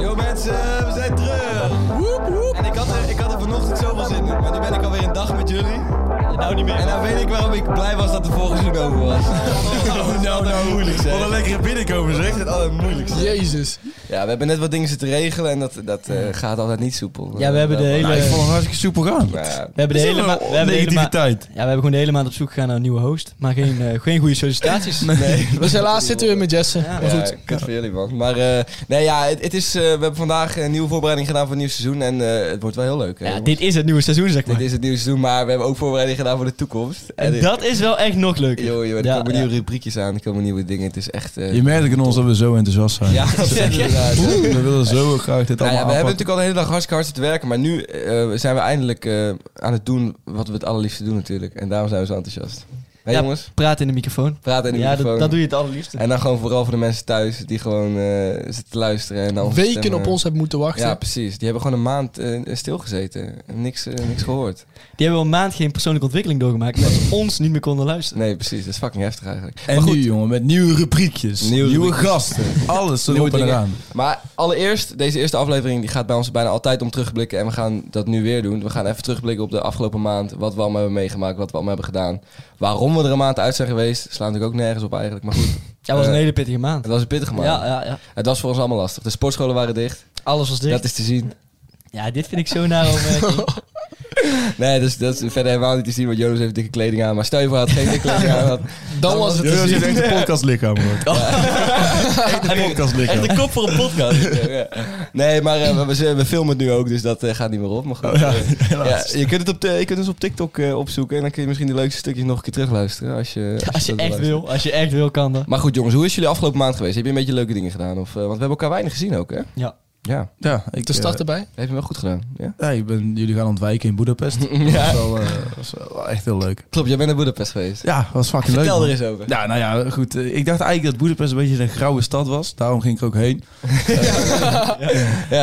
Yo mensen, we zijn terug! En ik had, er, ik had er vanochtend zoveel zin in, maar nu ben ik alweer een dag met jullie. Nou niet meer. En dan weet ik waarom ik blij was dat de vorige seizoen over was. Oh, nou, nou, moeilijk zeg. Wat een lekkere binnenkomen zeg. Het allermoeilijkste. Jezus. Ja, we hebben net wat dingen zitten regelen en dat, dat eh, gaat altijd niet soepel. Ja, we hebben de Eh, hele- maar Ik ik vond vond- het hartstikke soepel gaan. maar- We hebben de Is hele er ma- wel we hebben de hele ma- negativiteit? Ja, we hebben gewoon de hele maand op zoek gegaan naar een nieuwe host. Maar geen, eh, geen goede sollicitaties. Nee. Dus helaas zitten we met Jesse. Ja. maar Ja, goed. kut voor jullie man. Maar eh, nee, ja, het, het is, eh, we hebben vandaag een nieuwe voorbereiding gedaan voor het nieuwe seizoen en eh, het wordt wel heel leuk. hè, Ja, jongens. dit is het nieuwe seizoen, zeg dit maar. is het nieuwe seizoen, maar we hebben ook voorbereiding gedaan voor de toekomst. En dat is wel echt nog leuker. Joh, joh, er Ja, komen ja. nieuwe rubriekjes aan, er komen nieuwe dingen. Het is echt... eh, Je merkt ook in ons dat we zo enthousiast zijn. Ja, dat is inderdaad. Oeh, We willen zo graag Nou dit ja, we hebben allemaal aanpakken. natuurlijk al de hele dag hartstikke hard te werken, maar nu eh, zijn we eindelijk eh, aan het doen wat we het allerliefste doen natuurlijk. En daarom zijn we zo enthousiast. Hé Ja. jongens, Praat in de microfoon. praat in de ja, microfoon. dat, dat doe je het allerliefste. En dan gewoon vooral voor de mensen thuis die gewoon eh, zitten te luisteren. En dan Weken op ons hebben moeten wachten. Ja, precies. Die hebben gewoon een maand eh, stilgezeten. En Niks, eh, niks gehoord. Die hebben al een maand geen persoonlijke ontwikkeling doorgemaakt, omdat ze ons niet meer konden luisteren. Nee, precies. Dat is fucking heftig eigenlijk. En nu, jongen, met nieuwe rubriekjes. Nieuwe Nieuwe, rubriekjes. gasten. Alles Nieuwe erop en dingen. eraan. Maar allereerst, deze eerste aflevering die gaat bij ons bijna altijd om terugblikken. En we gaan dat nu weer doen. We gaan even terugblikken op de afgelopen maand. Wat we allemaal hebben meegemaakt, wat we allemaal hebben gedaan. Waarom we er een maand uit zijn geweest, slaat natuurlijk ook nergens op eigenlijk. Maar goed, Dat was Eh, een hele pittige maand. het was een pittige maand. Ja, ja, ja. Het was voor ons allemaal lastig. De sportscholen waren dicht. Alles was dicht. Dat is te zien. Ja, dit vind ik zo naar om... eh, Nee, dus, dat is verder helemaal niet te zien, want Jonas heeft dikke kleding aan. Maar stel je voor, hij had geen dikke kleding aan. had- Dan was het Jonas heeft echt een podcastlichaam wordt. Echt een podcastlichaam. de kop voor een podcast. Ja. Nee, maar eh, we, we- we filmen het nu ook, dus dat eh, gaat niet meer op. Maar goed. Ja, eh, ja, helaas. je, kunt het op, de- je kunt ons op TikTok eh, opzoeken en dan kun je misschien de leukste stukjes nog een keer terugluisteren. Als je, Als je dat echt luisteren. wil, als je echt wil, kan dat. Maar goed, jongens, hoe is jullie afgelopen maand geweest? Heb je een beetje leuke dingen gedaan? Of, eh, want we hebben elkaar weinig gezien ook, hè? Ja. Ja, Ja, ik De start erbij. heb je wel goed gedaan. Ja? Ja, ik ben jullie gaan ontwijken in Budapest. Dat was wel, eh, was wel echt heel leuk. Klopt, jij bent naar Budapest geweest. Ja, was fucking leuk. Vertel man. er eens over. Ja, nou ja, goed. eh, Ik dacht eigenlijk dat Boedapest een beetje een grauwe stad was. Daarom ging ik er ook heen. Ja,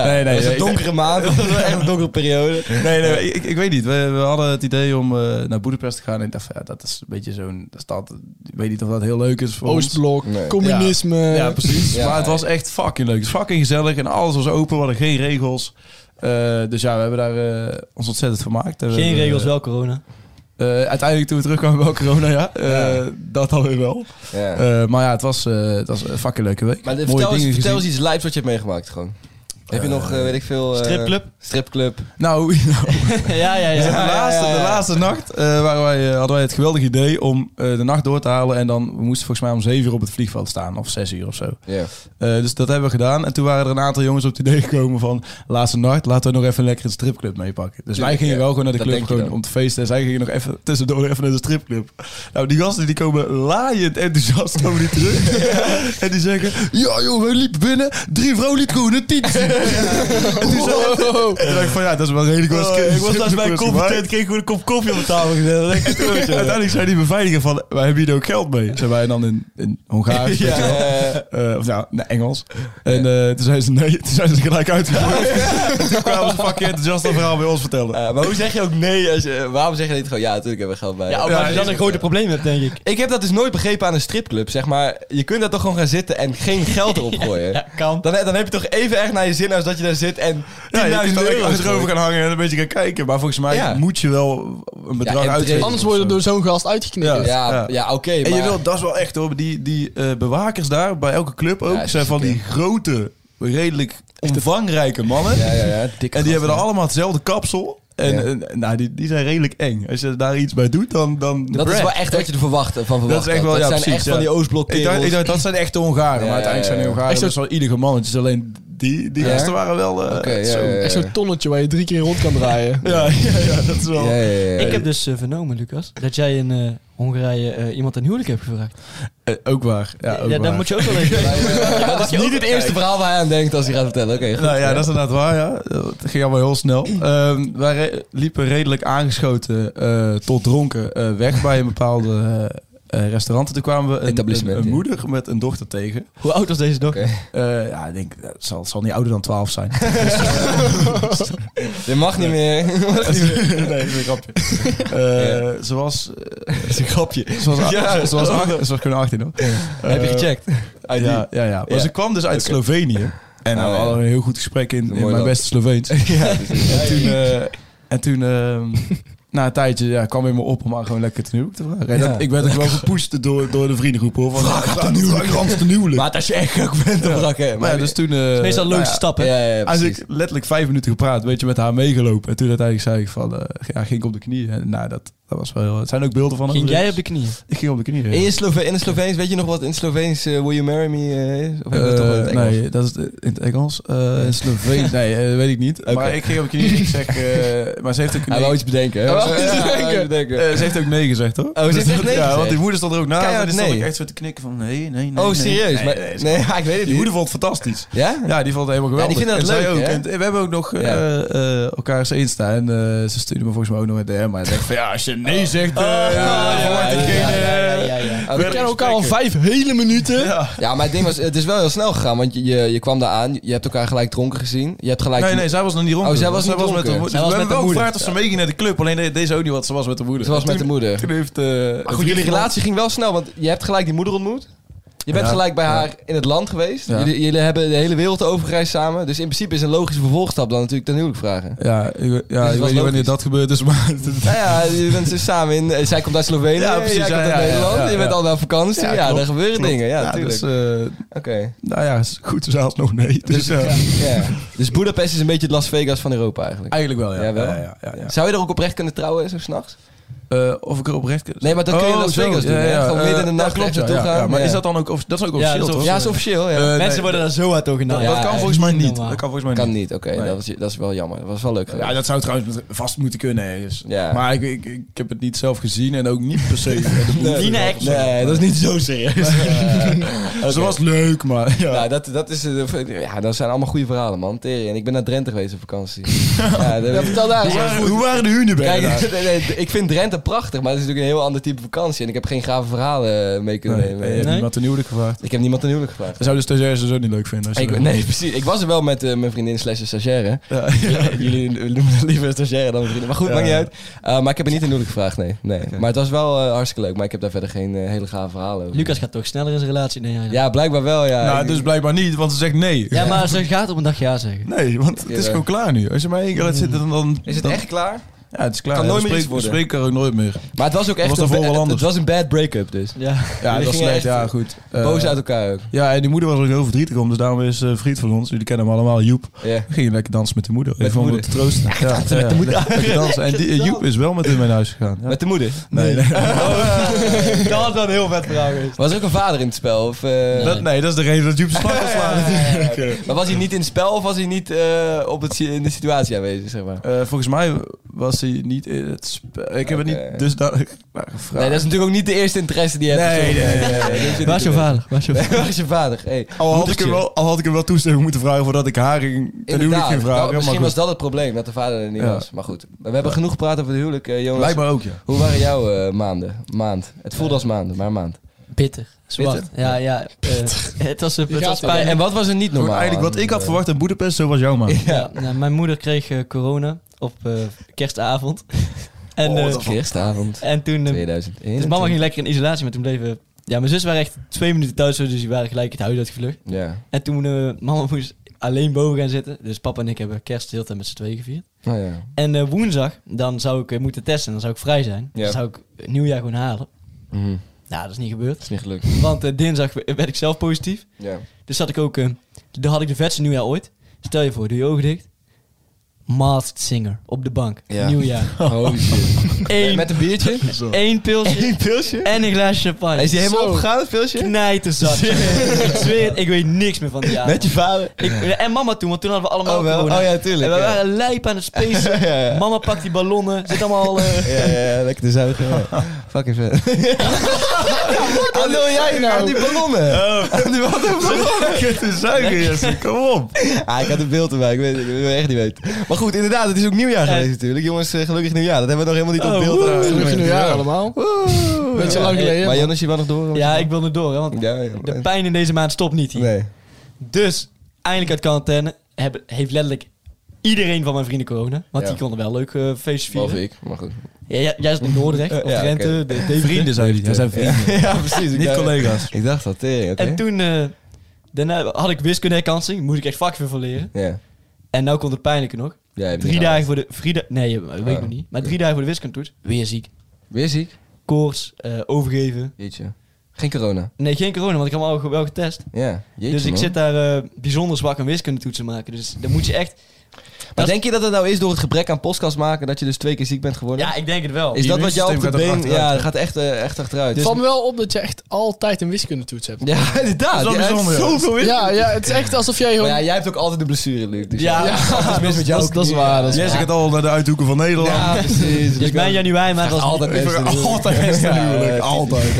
Nee, het nee, was een nee. donkere maand, het was wel echt een donkere periode. Nee, nee, ik, ik weet niet. We, we hadden het idee om eh, naar Boedapest te gaan. En ik dacht, van, ja, dat is een beetje zo'n stad. Ik weet niet of dat heel leuk is voor ons. Oostblok, Nee. communisme. Ja, precies. Ja, maar het was echt fucking leuk. Het was fucking gezellig en alles was open. We hadden geen regels. Eh, dus ja, we hebben daar eh, ons ontzettend vermaakt. En we Geen hebben, regels, wel corona. eh, uiteindelijk toen we terugkwamen wel corona, ja. Eh, Ja. Dat alweer wel. Ja. Eh, maar ja, het was, eh, het was een fucking leuke week. maar de- Mooie vertel, eens, dingen vertel gezien. eens iets lijps wat je hebt meegemaakt gewoon. Heb je Eh, nog, eh, weet ik veel... eh, Stripclub? Stripclub. Nou, ja, ja, Dus ja. de, laatste, ja, ja. de laatste nacht eh, waren wij, eh, hadden wij het geweldige idee om eh, de nacht door te halen. En dan we moesten volgens mij om 7 uur op het vliegveld staan. Of 6 uur of zo. Ja. Eh, dus dat hebben we gedaan. En toen waren er een aantal jongens op het idee gekomen van... Laatste nacht, laten we nog even lekker een stripclub meepakken. Dus wij Tuurlijk, gingen ja. wel gewoon naar de Dat club denk je gewoon dan. om te feesten. En zij gingen nog even tussendoor even naar de stripclub. Nou, die gasten die komen laaiend enthousiast over die terug. en die zeggen... Ja joh, we liepen binnen. Drie vrouwen liet gewoon een tientje. Oh. en toen zei- toen dacht ik van ja, dat is wel redelijk wat Oh, ik was laatst bij een koffietent, kreeg gewoon een kop koffie op de tafel gezet. Lekker Ja, stoertje. Uiteindelijk zei die beveiliger van, wij hebben hier ook geld mee. Zijn wij dan in, in Hongaars, weet je wel. Eh, of nou, nee, Engels. En eh, toen zeiden ze nee, toen zijn ze gelijk uitgegooid. En toen kwamen ze fucking enthousiast dat verhaal bij ons vertellen. Eh, maar hoe zeg je ook nee? Als je, waarom zeg je niet gewoon, ja, natuurlijk hebben we geld bij. Ja, ook Ja, als je dan is- een grote probleem hebt, denk ik. Ik heb dat dus nooit begrepen aan een stripclub, zeg maar. Je kunt daar toch gewoon gaan zitten en geen geld erop gooien. Ja, kan. Dan, dan heb je toch even echt naar je zin beginner als dat je daar zit en 10.000 Ja, je kunt er euro ook achterover gooit. gaan hangen en een beetje gaan kijken. Maar volgens mij Ja. moet je wel een bedrag en uitgeven. Anders word je door zo'n gast uitgeknipt. Ja. Ja, ja oké. En je maar- wilt, dat is wel echt hoor, die, die eh, bewakers daar, bij elke club ook, Ja, is zijn van ziek, die grote, redelijk omvangrijke mannen. Ja, ja, ja. dikke En die hebben gasten. dan allemaal hetzelfde kapsel. En, Ja. en, nou, die, die zijn redelijk eng. Als je daar iets bij doet, dan... dan Dat is wel echt wat je er verwacht, eh, van verwacht. Dat is echt wel, had. ja, Dat zijn precies, echt ja. van die Ik Oostblokkerels. dacht, ik dacht, dat zijn echte Hongaren, Ja, maar uiteindelijk zijn die ja, ja. Hongaren Echt best wel iedere man. Het is alleen die, die Ja? gasten waren wel... eh, Oké, ja, zo. ja, ja. Echt zo'n tonnetje waar je drie keer rond kan draaien. Ja, ja, ja, dat is wel... Ja, ja, ja, ja. Ik heb dus eh, vernomen, Lucas, dat jij in eh, Hongarije eh, iemand aan huwelijk hebt gevraagd. Eh, ook waar. Ja, ook ja, waar. dan moet je ook wel even... Ja, ja, ja. Dat is niet het eerste verhaal waar hij aan denkt als hij gaat vertellen. Oké, goed. Nou ja, dat is inderdaad waar, ja. Dat ging allemaal heel snel. Ehm, wij re- liepen redelijk aangeschoten eh, tot dronken eh, weg bij een bepaalde eh, eh, restaurant. En toen kwamen we een, Etablissement, een- een ja. moeder met een dochter tegen. Hoe oud was deze dochter? Eh, ja, ik denk, eh, het zal, het zal niet ouder dan 12 zijn. Dit mag niet meer. nee, dat is een grapje. Eh, Ze was... Dat is een grapje. Ze was, Ja. ze was, acht- ze was gewoon 18 hoor. Eh, Heb je gecheckt? ID. Ja, ja, ja. Maar Ja. ze kwam dus uit Oké. Slovenië. En nou, Ah, we ja. hadden een heel goed gesprek in, in Mooi mijn land. beste Sloveens. Ja, dus- precies. En toen, eh, en toen ehm, na een tijdje ja, kwam in me op om haar gewoon lekker ten huwelijk te vragen. En Ja. dat- ik werd ook wel gepusht door, door de vriendengroep hoor. Van, vraag haar ten huwelijk. Maar als je echt gek bent, dan brak hè. Maar ja, dus toen... Meestal eh, nou ja, logische stappen. Ja, ja, ja, Als precies. ik letterlijk vijf minuten gepraat, weet je, met haar meegelopen. En toen uiteindelijk zei ik van, eh, ja, ging ik op de knieën. En, nou, dat, dat was wel heel... Het zijn ook beelden van Ging hem, jij dus op de knieën? Ik ging op de knieën. In, ja. je Slove- in het Sloveens, weet je nog wat in het Sloveens eh, Will You Marry Me eh, is? Of Eh, hebben we het toch in het Engels? nee, dat is in het Engels. Eh in Sloveen, nee, eh, weet ik niet. Maar ik ging op de knieën. Ik zeg, eh, maar ze heeft ook... Hij wou iets bedenken. hè? Hij wou iets Oh, Ja, bedenken. hij wou iets bedenken. Oh, Eh, ze heeft ook nee gezegd, hoor. Oh, ze heeft echt nee Ja, want gezegd? die moeder stond er ook na. Keihard en die stond nee. ook echt zo te knikken van nee, nee, nee. Oh, nee. serieus? Nee, Maar- nee, Nee, ik weet het Die niet. moeder vond het fantastisch. Ja? Ja, die vond het helemaal geweldig. Ja, die vinden dat en zij leuk, ook. hè? En we hebben ook nog eh Ja. eh, elkaars Insta. En eh, ze stuurde me volgens mij ook nog een DM. Maar ze zegt van ja, als je nee zegt, eh ja, Oh. ja, dan wordt ja, het geen, ja, eh, Oké. We kennen elkaar al vijf hele minuten. Ja. Ja, maar het ding was, het is wel heel snel gegaan, want je, je, je kwam daar aan, je hebt elkaar gelijk dronken gezien, je hebt gelijk... eh, Nee, nee, zij was nog niet rond. Oh, zij was niet met dronken. de moeder. Zij Dus was met we hebben de wel moeder. gevraagd of ze meeging naar de club. Alleen de- deze ook niet, want ze was met de moeder. Ze was met de Toen- moeder. Toen heeft... eh, Maar goed, jullie relatie ging wel snel, want je hebt gelijk die moeder ontmoet. Je bent Ja, gelijk bij ja. haar in het land geweest. Ja. Jullie, jullie hebben de hele wereld overgereisd samen. Dus in principe is een logische vervolgstap dan natuurlijk ten huwelijk vragen. Ja, ik, ja, was ik weet niet logisch. wanneer dat gebeurd is, maar... Nou ja, je bent dus samen in... eh, Zij komt uit Slovenië, Ja, precies, jij ja, komt uit ja, ja, Nederland. ja, ja. Je bent al op vakantie. Ja, klopt, daar gebeuren klopt. dingen. Ja, natuurlijk. dus, Oké. eh, Nou ja, is goed dus haalt nog nee. Dus, eh, Ja. Dus Budapest is een beetje het Las Vegas van Europa eigenlijk. Eigenlijk wel, ja. Ja, wel? Ja, ja, Ah, ja, ja. Zou je er ook oprecht kunnen trouwen, zo s'nachts? Eh, of ik er oprecht kan... Oh, Nee, maar dat kun je in Las Vegas doen, hè? Gewoon midden in de Eh, nacht dat klopt, echt naartoe ja, ja, gaan. ja, maar Ja. is dat dan ook... Of, dat is ook Ja, officieel, dat is toch? Ja, is officieel, ja. Eh, nee, Mensen worden daar zo hard over dat, gedaan. dat Ja, kan ja, volgens mij niet niet. normaal. Dat kan volgens mij kan niet. niet, oké. Nee. Dat, is, dat is wel jammer. Dat was wel leuk. Ja, geweest. dat zou trouwens met- vast moeten kunnen ergens. Ja. Maar ik, ik, ik heb het niet zelf gezien en ook niet per se. de behoefte Niet gehad echt. of zo. Nee, dat is niet zo serieus. Ze was leuk, maar ja. Nou, dat, dat, is, eh, ja, dat zijn allemaal goede verhalen, man. Tering. En ik ben naar Drenthe geweest op vakantie. ja, dat- Vertel daar hoe, eens. waren, hoe waren de Hunebedden Kijk, daar? nee, nee, ik vind Drenthe prachtig, maar het is natuurlijk een heel ander type vakantie. En ik heb geen grave verhalen eh, mee kunnen Nee, nemen. je hebt Nee? niemand een huwelijk gevraagd. Ik heb niemand een huwelijk gevraagd. Dat zou de stagiair sowieso dus niet leuk vinden. Als je Ik, nee, precies. Ik was er wel met eh, mijn vriendin slash stagiaire. Ja, ja. Jullie noemen het liever stagiaire dan mijn vriendin. Maar goed, Ja. maakt niet uit. Eh, maar ik heb er niet een huwelijk gevraagd, nee. nee. Maar het was wel eh, hartstikke leuk, maar ik heb daar verder geen eh, hele gave verhalen over. Lucas gaat toch sneller in zijn relatie dan jij. Ja, blijkbaar wel, ja. Nou, Ik- dus blijkbaar niet, want ze zegt nee. Ja, maar ze gaat op een dag ja zeggen. Nee, want het is Ja. Hmm. gewoon klaar nu. Als je maar één keer laat zitten, dan... dan Is het dan- echt klaar? Ja, het is klaar. Kan Ja, nooit we meer iets spreken- worden. We spreken elkaar ook nooit meer. Maar het was ook echt Was een, daarvoor wel het- anders. Het was een bad break-up dus. Ja. Ja, Jullie dat is gingen slecht. echt, Ja, eh, goed. Eh, Boos uit elkaar ook. Ja, en die moeder was er ook heel verdrietig om. Dus daarom is eh, een vriend van ons, jullie kennen hem allemaal, Joep. Ja. Ging je lekker dansen met de moeder. Even de om hem moeder. te troosten. Ja, ja, ja, lekker dansen. En die, eh, Joep is wel met hem naar huis gegaan. Ja. Met de moeder. Nee, nee. Dat had wel een heel vet verhaal geweest. Was er ook een vader in het spel? Of, eh, Dat, nee, dat is de reden dat Joep zijn slag kan slaan. natuurlijk. Maar was hij niet in het spel of was hij niet eh, op het, si- in de situatie aanwezig, zeg maar? Eh, volgens mij was hij niet in het spel. Ik heb het Oké. niet dus dusdanig naar gevraagd. Nee, dat is natuurlijk ook niet de eerste interesse die je hebt. Nee, nee, nee, nee. Dat Waar is je vader? Waar is je vader? Waar is je vader? Hey, Al had, ik moedertje. hem wel, al had ik hem wel toestemming moeten vragen voordat ik haar ging, ten huwelijk Inderdaad. ging vragen. Nou, misschien maar was goed. dat het probleem, dat de vader er niet Ja. was. Maar goed, we hebben genoeg gepraat over het huwelijk, eh, Jonas. Blijkbaar ook, ja. Hoe waren jouw eh, maanden? Maand. Het voelde als maanden, maar maand. Bitter. Zwart. Ja, ja. eh, het was, het Je gaat was er. pijnlijk. En wat was er niet normaal? Eigenlijk wat aan? ik had verwacht in Boedapest, zo was jouw man. Ja, nou, mijn moeder kreeg eh, corona op eh, kerstavond. en, Oh, eh, Kerstavond. en toen... eh, 2000. dus mama ging lekker in isolatie, maar toen eh, bleven... Ja, mijn zus waren echt twee minuten thuis, dus die waren gelijk het huis uitgevlucht. Ja. En toen eh, mama moest alleen boven gaan zitten. Dus papa en ik hebben kerst de hele tijd met z'n tweeën gevierd. Nou ja. En eh, woensdag, dan zou ik eh, moeten testen. Dan zou ik vrij zijn. Ja. Dan zou ik het nieuwjaar gewoon halen. Mhm. Nou, dat is niet gebeurd. is niet gelukt. Want eh, dinsdag werd ik zelf positief. Ja. Dus zat ik ook... eh dan had ik de vetste nieuwjaar ooit. Stel je voor, doe je ogen dicht. Masked Singer op de bank. Ja. Nieuwjaar. Holy shit. Eén, Met een biertje? één pilsje pilsje? en een glaasje champagne. Is die helemaal Zo opgegaan, het pilsje? Knijterzat. ik zweer het, ik weet niks meer van die avond. Met je vader? Ik, en mama toen, want toen hadden we allemaal Oh, wel. corona. Oh ja, en tuurlijk. we ja. waren lijp aan het spacen. Ja, ja. Mama pakt die ballonnen. Zit allemaal... eh, Ja, ja, ja, lekker te zuigen. ja. Fucking vet. Wat wil jij nou? Aan die ballonnen. Aan die wat een ballonnen? te zuigen, Jesse. Kom op. Ah, ik had een beeld erbij. Ik weet het, ik wil het echt niet weten. Maar goed, inderdaad, het is ook nieuwjaar geweest Eh. natuurlijk. Jongens, eh, gelukkig nieuwjaar. Dat hebben we nog helemaal niet Oh, op beeld. woe. trouwens. Gelukkig nieuwjaar allemaal. Woe. Beetje Ja. lang geleden, Maar maar- Jannes, je wel nog door? ja, ik wil er door, hè, want Ja, ja, de pijn in deze maand stopt niet hier. Nee. Dus, eindelijk uit quarantaine. Heb, heeft letterlijk iedereen van mijn vrienden corona. Want Ja. die konden wel leuk eh feestje vieren. Behalve ik, maar goed. Ja, jij- jij zit in Noordrecht, Eh, of ja, Drenthe, oké. de, Deventer. Vrienden zijn jullie. Dat zijn vrienden. Ja, precies. Ik Niet dacht- collega's. Ik dacht dat, tering, oké. En toen eh, daarna had ik wiskundeherkansing. Moest ik echt vak weer van leren. Ja. En nou komt het pijnlijke nog. Ja, je hebt Drie niet dagen gehaald. voor de... Drie da- nee, dat weet ik Oh. nog niet. Maar drie dagen voor de wiskundetoets. Weer ziek. Weer ziek? Koorts, eh, overgeven. Jeetje. Geen corona. Nee, geen corona, want ik had me al ge- wel getest. Ja, jeetje dus ik man. zit daar eh, bijzonder zwak aan wiskundetoetsen maken. Dus dan moet je echt... Maar denk je dat het nou is door het gebrek aan podcast maken dat je dus twee keer ziek bent geworden? Ja, ik denk het wel. Is dat wat jou op de immuunsysteem gaat been... er achteruit, Ja, hè? dat gaat echt, eh, echt achteruit. Het valt me wel op dat je echt altijd een wiskundetoets hebt. ja, inderdaad. Dat is wel Ja, het bijzonder, ja. zoveel wind. Ja, ja, het is echt alsof jij Maar gewoon... ja, jij hebt ook altijd een blessure, Luc. Dus Ja. dat is mis met jou. dat is- dat is ook. waar, dat is Jesse gaat al naar de uithoeken van Nederland. Ja, precies. Dus mijn januari maand was... Altijd Ik best. vind het altijd best Ja, natuurlijk. ja, Altijd.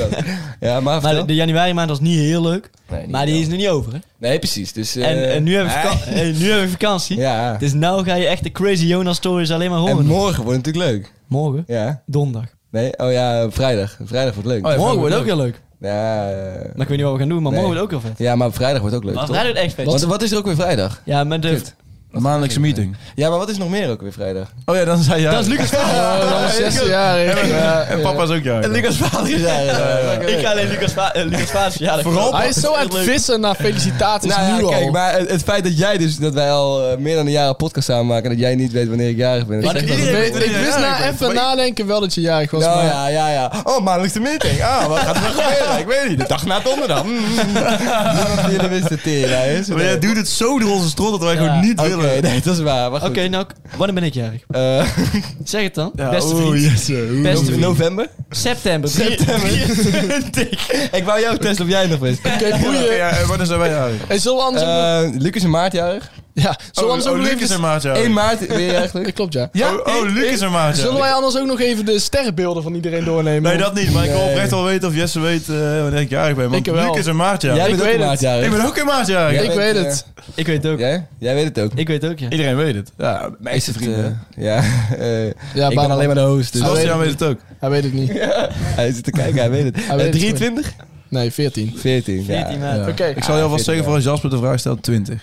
Ja, maar Maar de, vertel. de januari maand was niet heel leuk. Nee, niet maar die wel. is nog niet over, hè? Nee, precies. Dus, eh, en, en nu, heb ik vaka- eh, nu heb ik vakantie. Ja. Dus nou ga je echt de Crazy Jonas stories alleen maar En horen. morgen wordt het natuurlijk leuk. Morgen? Ja. Donderdag. Nee? Oh ja, vrijdag. Vrijdag wordt leuk. morgen Oh wordt ook heel leuk. Ja, eh, Maar ik weet niet wat we gaan doen, maar Nee. morgen wordt ook heel vet. ja, maar vrijdag wordt ook leuk, Maar toch? vrijdag echt vet. Want wat is er ook weer vrijdag? Ja, met de... Kut. Maandelijkse meeting. Ja, maar wat is nog meer ook weer vrijdag? Oh ja, dan zei jij. Dat is Lucas' vader. Ja, dan is 16 jaar. ik, eh, En papa is ook jij. Lucas vader is daar. eh, Ik ga alleen Lucas' va- eh, Lucas' vader. Ja, dat Vooral- klopt. Hij is zo aan het vissen naar felicitaties Nou nu ja, al. kijk, maar het, het feit dat jij dus, dat wij al eh, meer dan een jaar een podcast samen maken en dat jij niet weet wanneer ik jarig ben. dat ik, zegt wel- ik weet- wanneer ik je wist jarig na bent. even nadenken wel dat je jarig was. nou maar ja, ja, ja. Oh, maandelijkse meeting. Ah, wat gaat er nog gebeuren? Ik weet niet. De dag na donderdag. Mm. Niemand van jullie wist het teren, hè? Zo- Maar jij duwt het zo door onze strot dat wij gewoon Ja. niet Oké, willen. nee, dat is waar. Maar Oké, goed. nou, wanneer ben ik jarig? Eh, Zeg het dan. Ja, Beste oeh, vriend. Jesse, oeh. Beste vriend. november? September. Ik wou jou testen of jij nog wist. Oké, boeien. Oké, ja, en wanneer zijn wij jarig? En zullen we anders ook nog- Eh, Lucas en Maart jarig. Ja, zullen we anders Oh, ook nog Lucas en even... Maartje. 1 maart weer jarig, Luc? Dat klopt, ja. Ja, oh, oh, Lucas en Maartje. Zullen wij anders ook nog even de sterrenbeelden van iedereen doornemen? Nee, dat niet. Maar ik wil Nee. oprecht wel weten of Jesse weet eh, wanneer ik jarig ben. Want Ik wel. Lucas en Maartje. Jij ik bent ook weet in maart het. jarig. Ik ben ook in Maartje Jij jarig. Ik bent, weet eh, het. Ik weet het ook. Jij? Jij weet het ook. Ik weet het ook, ja. Iedereen weet het. Ja, meeste het, vrienden. eh, ja, eh, Ja, ik ben alleen maar de host. Dus Hij weet Sebastian het weet het ook. Hij weet het niet. hij zit te kijken, hij weet het. Hij weet Eh, het, 23? Nee, 14. 14. 14 maart. Oké. Ik zal je alvast zeggen voor als Jasper de vraag stelt, 20.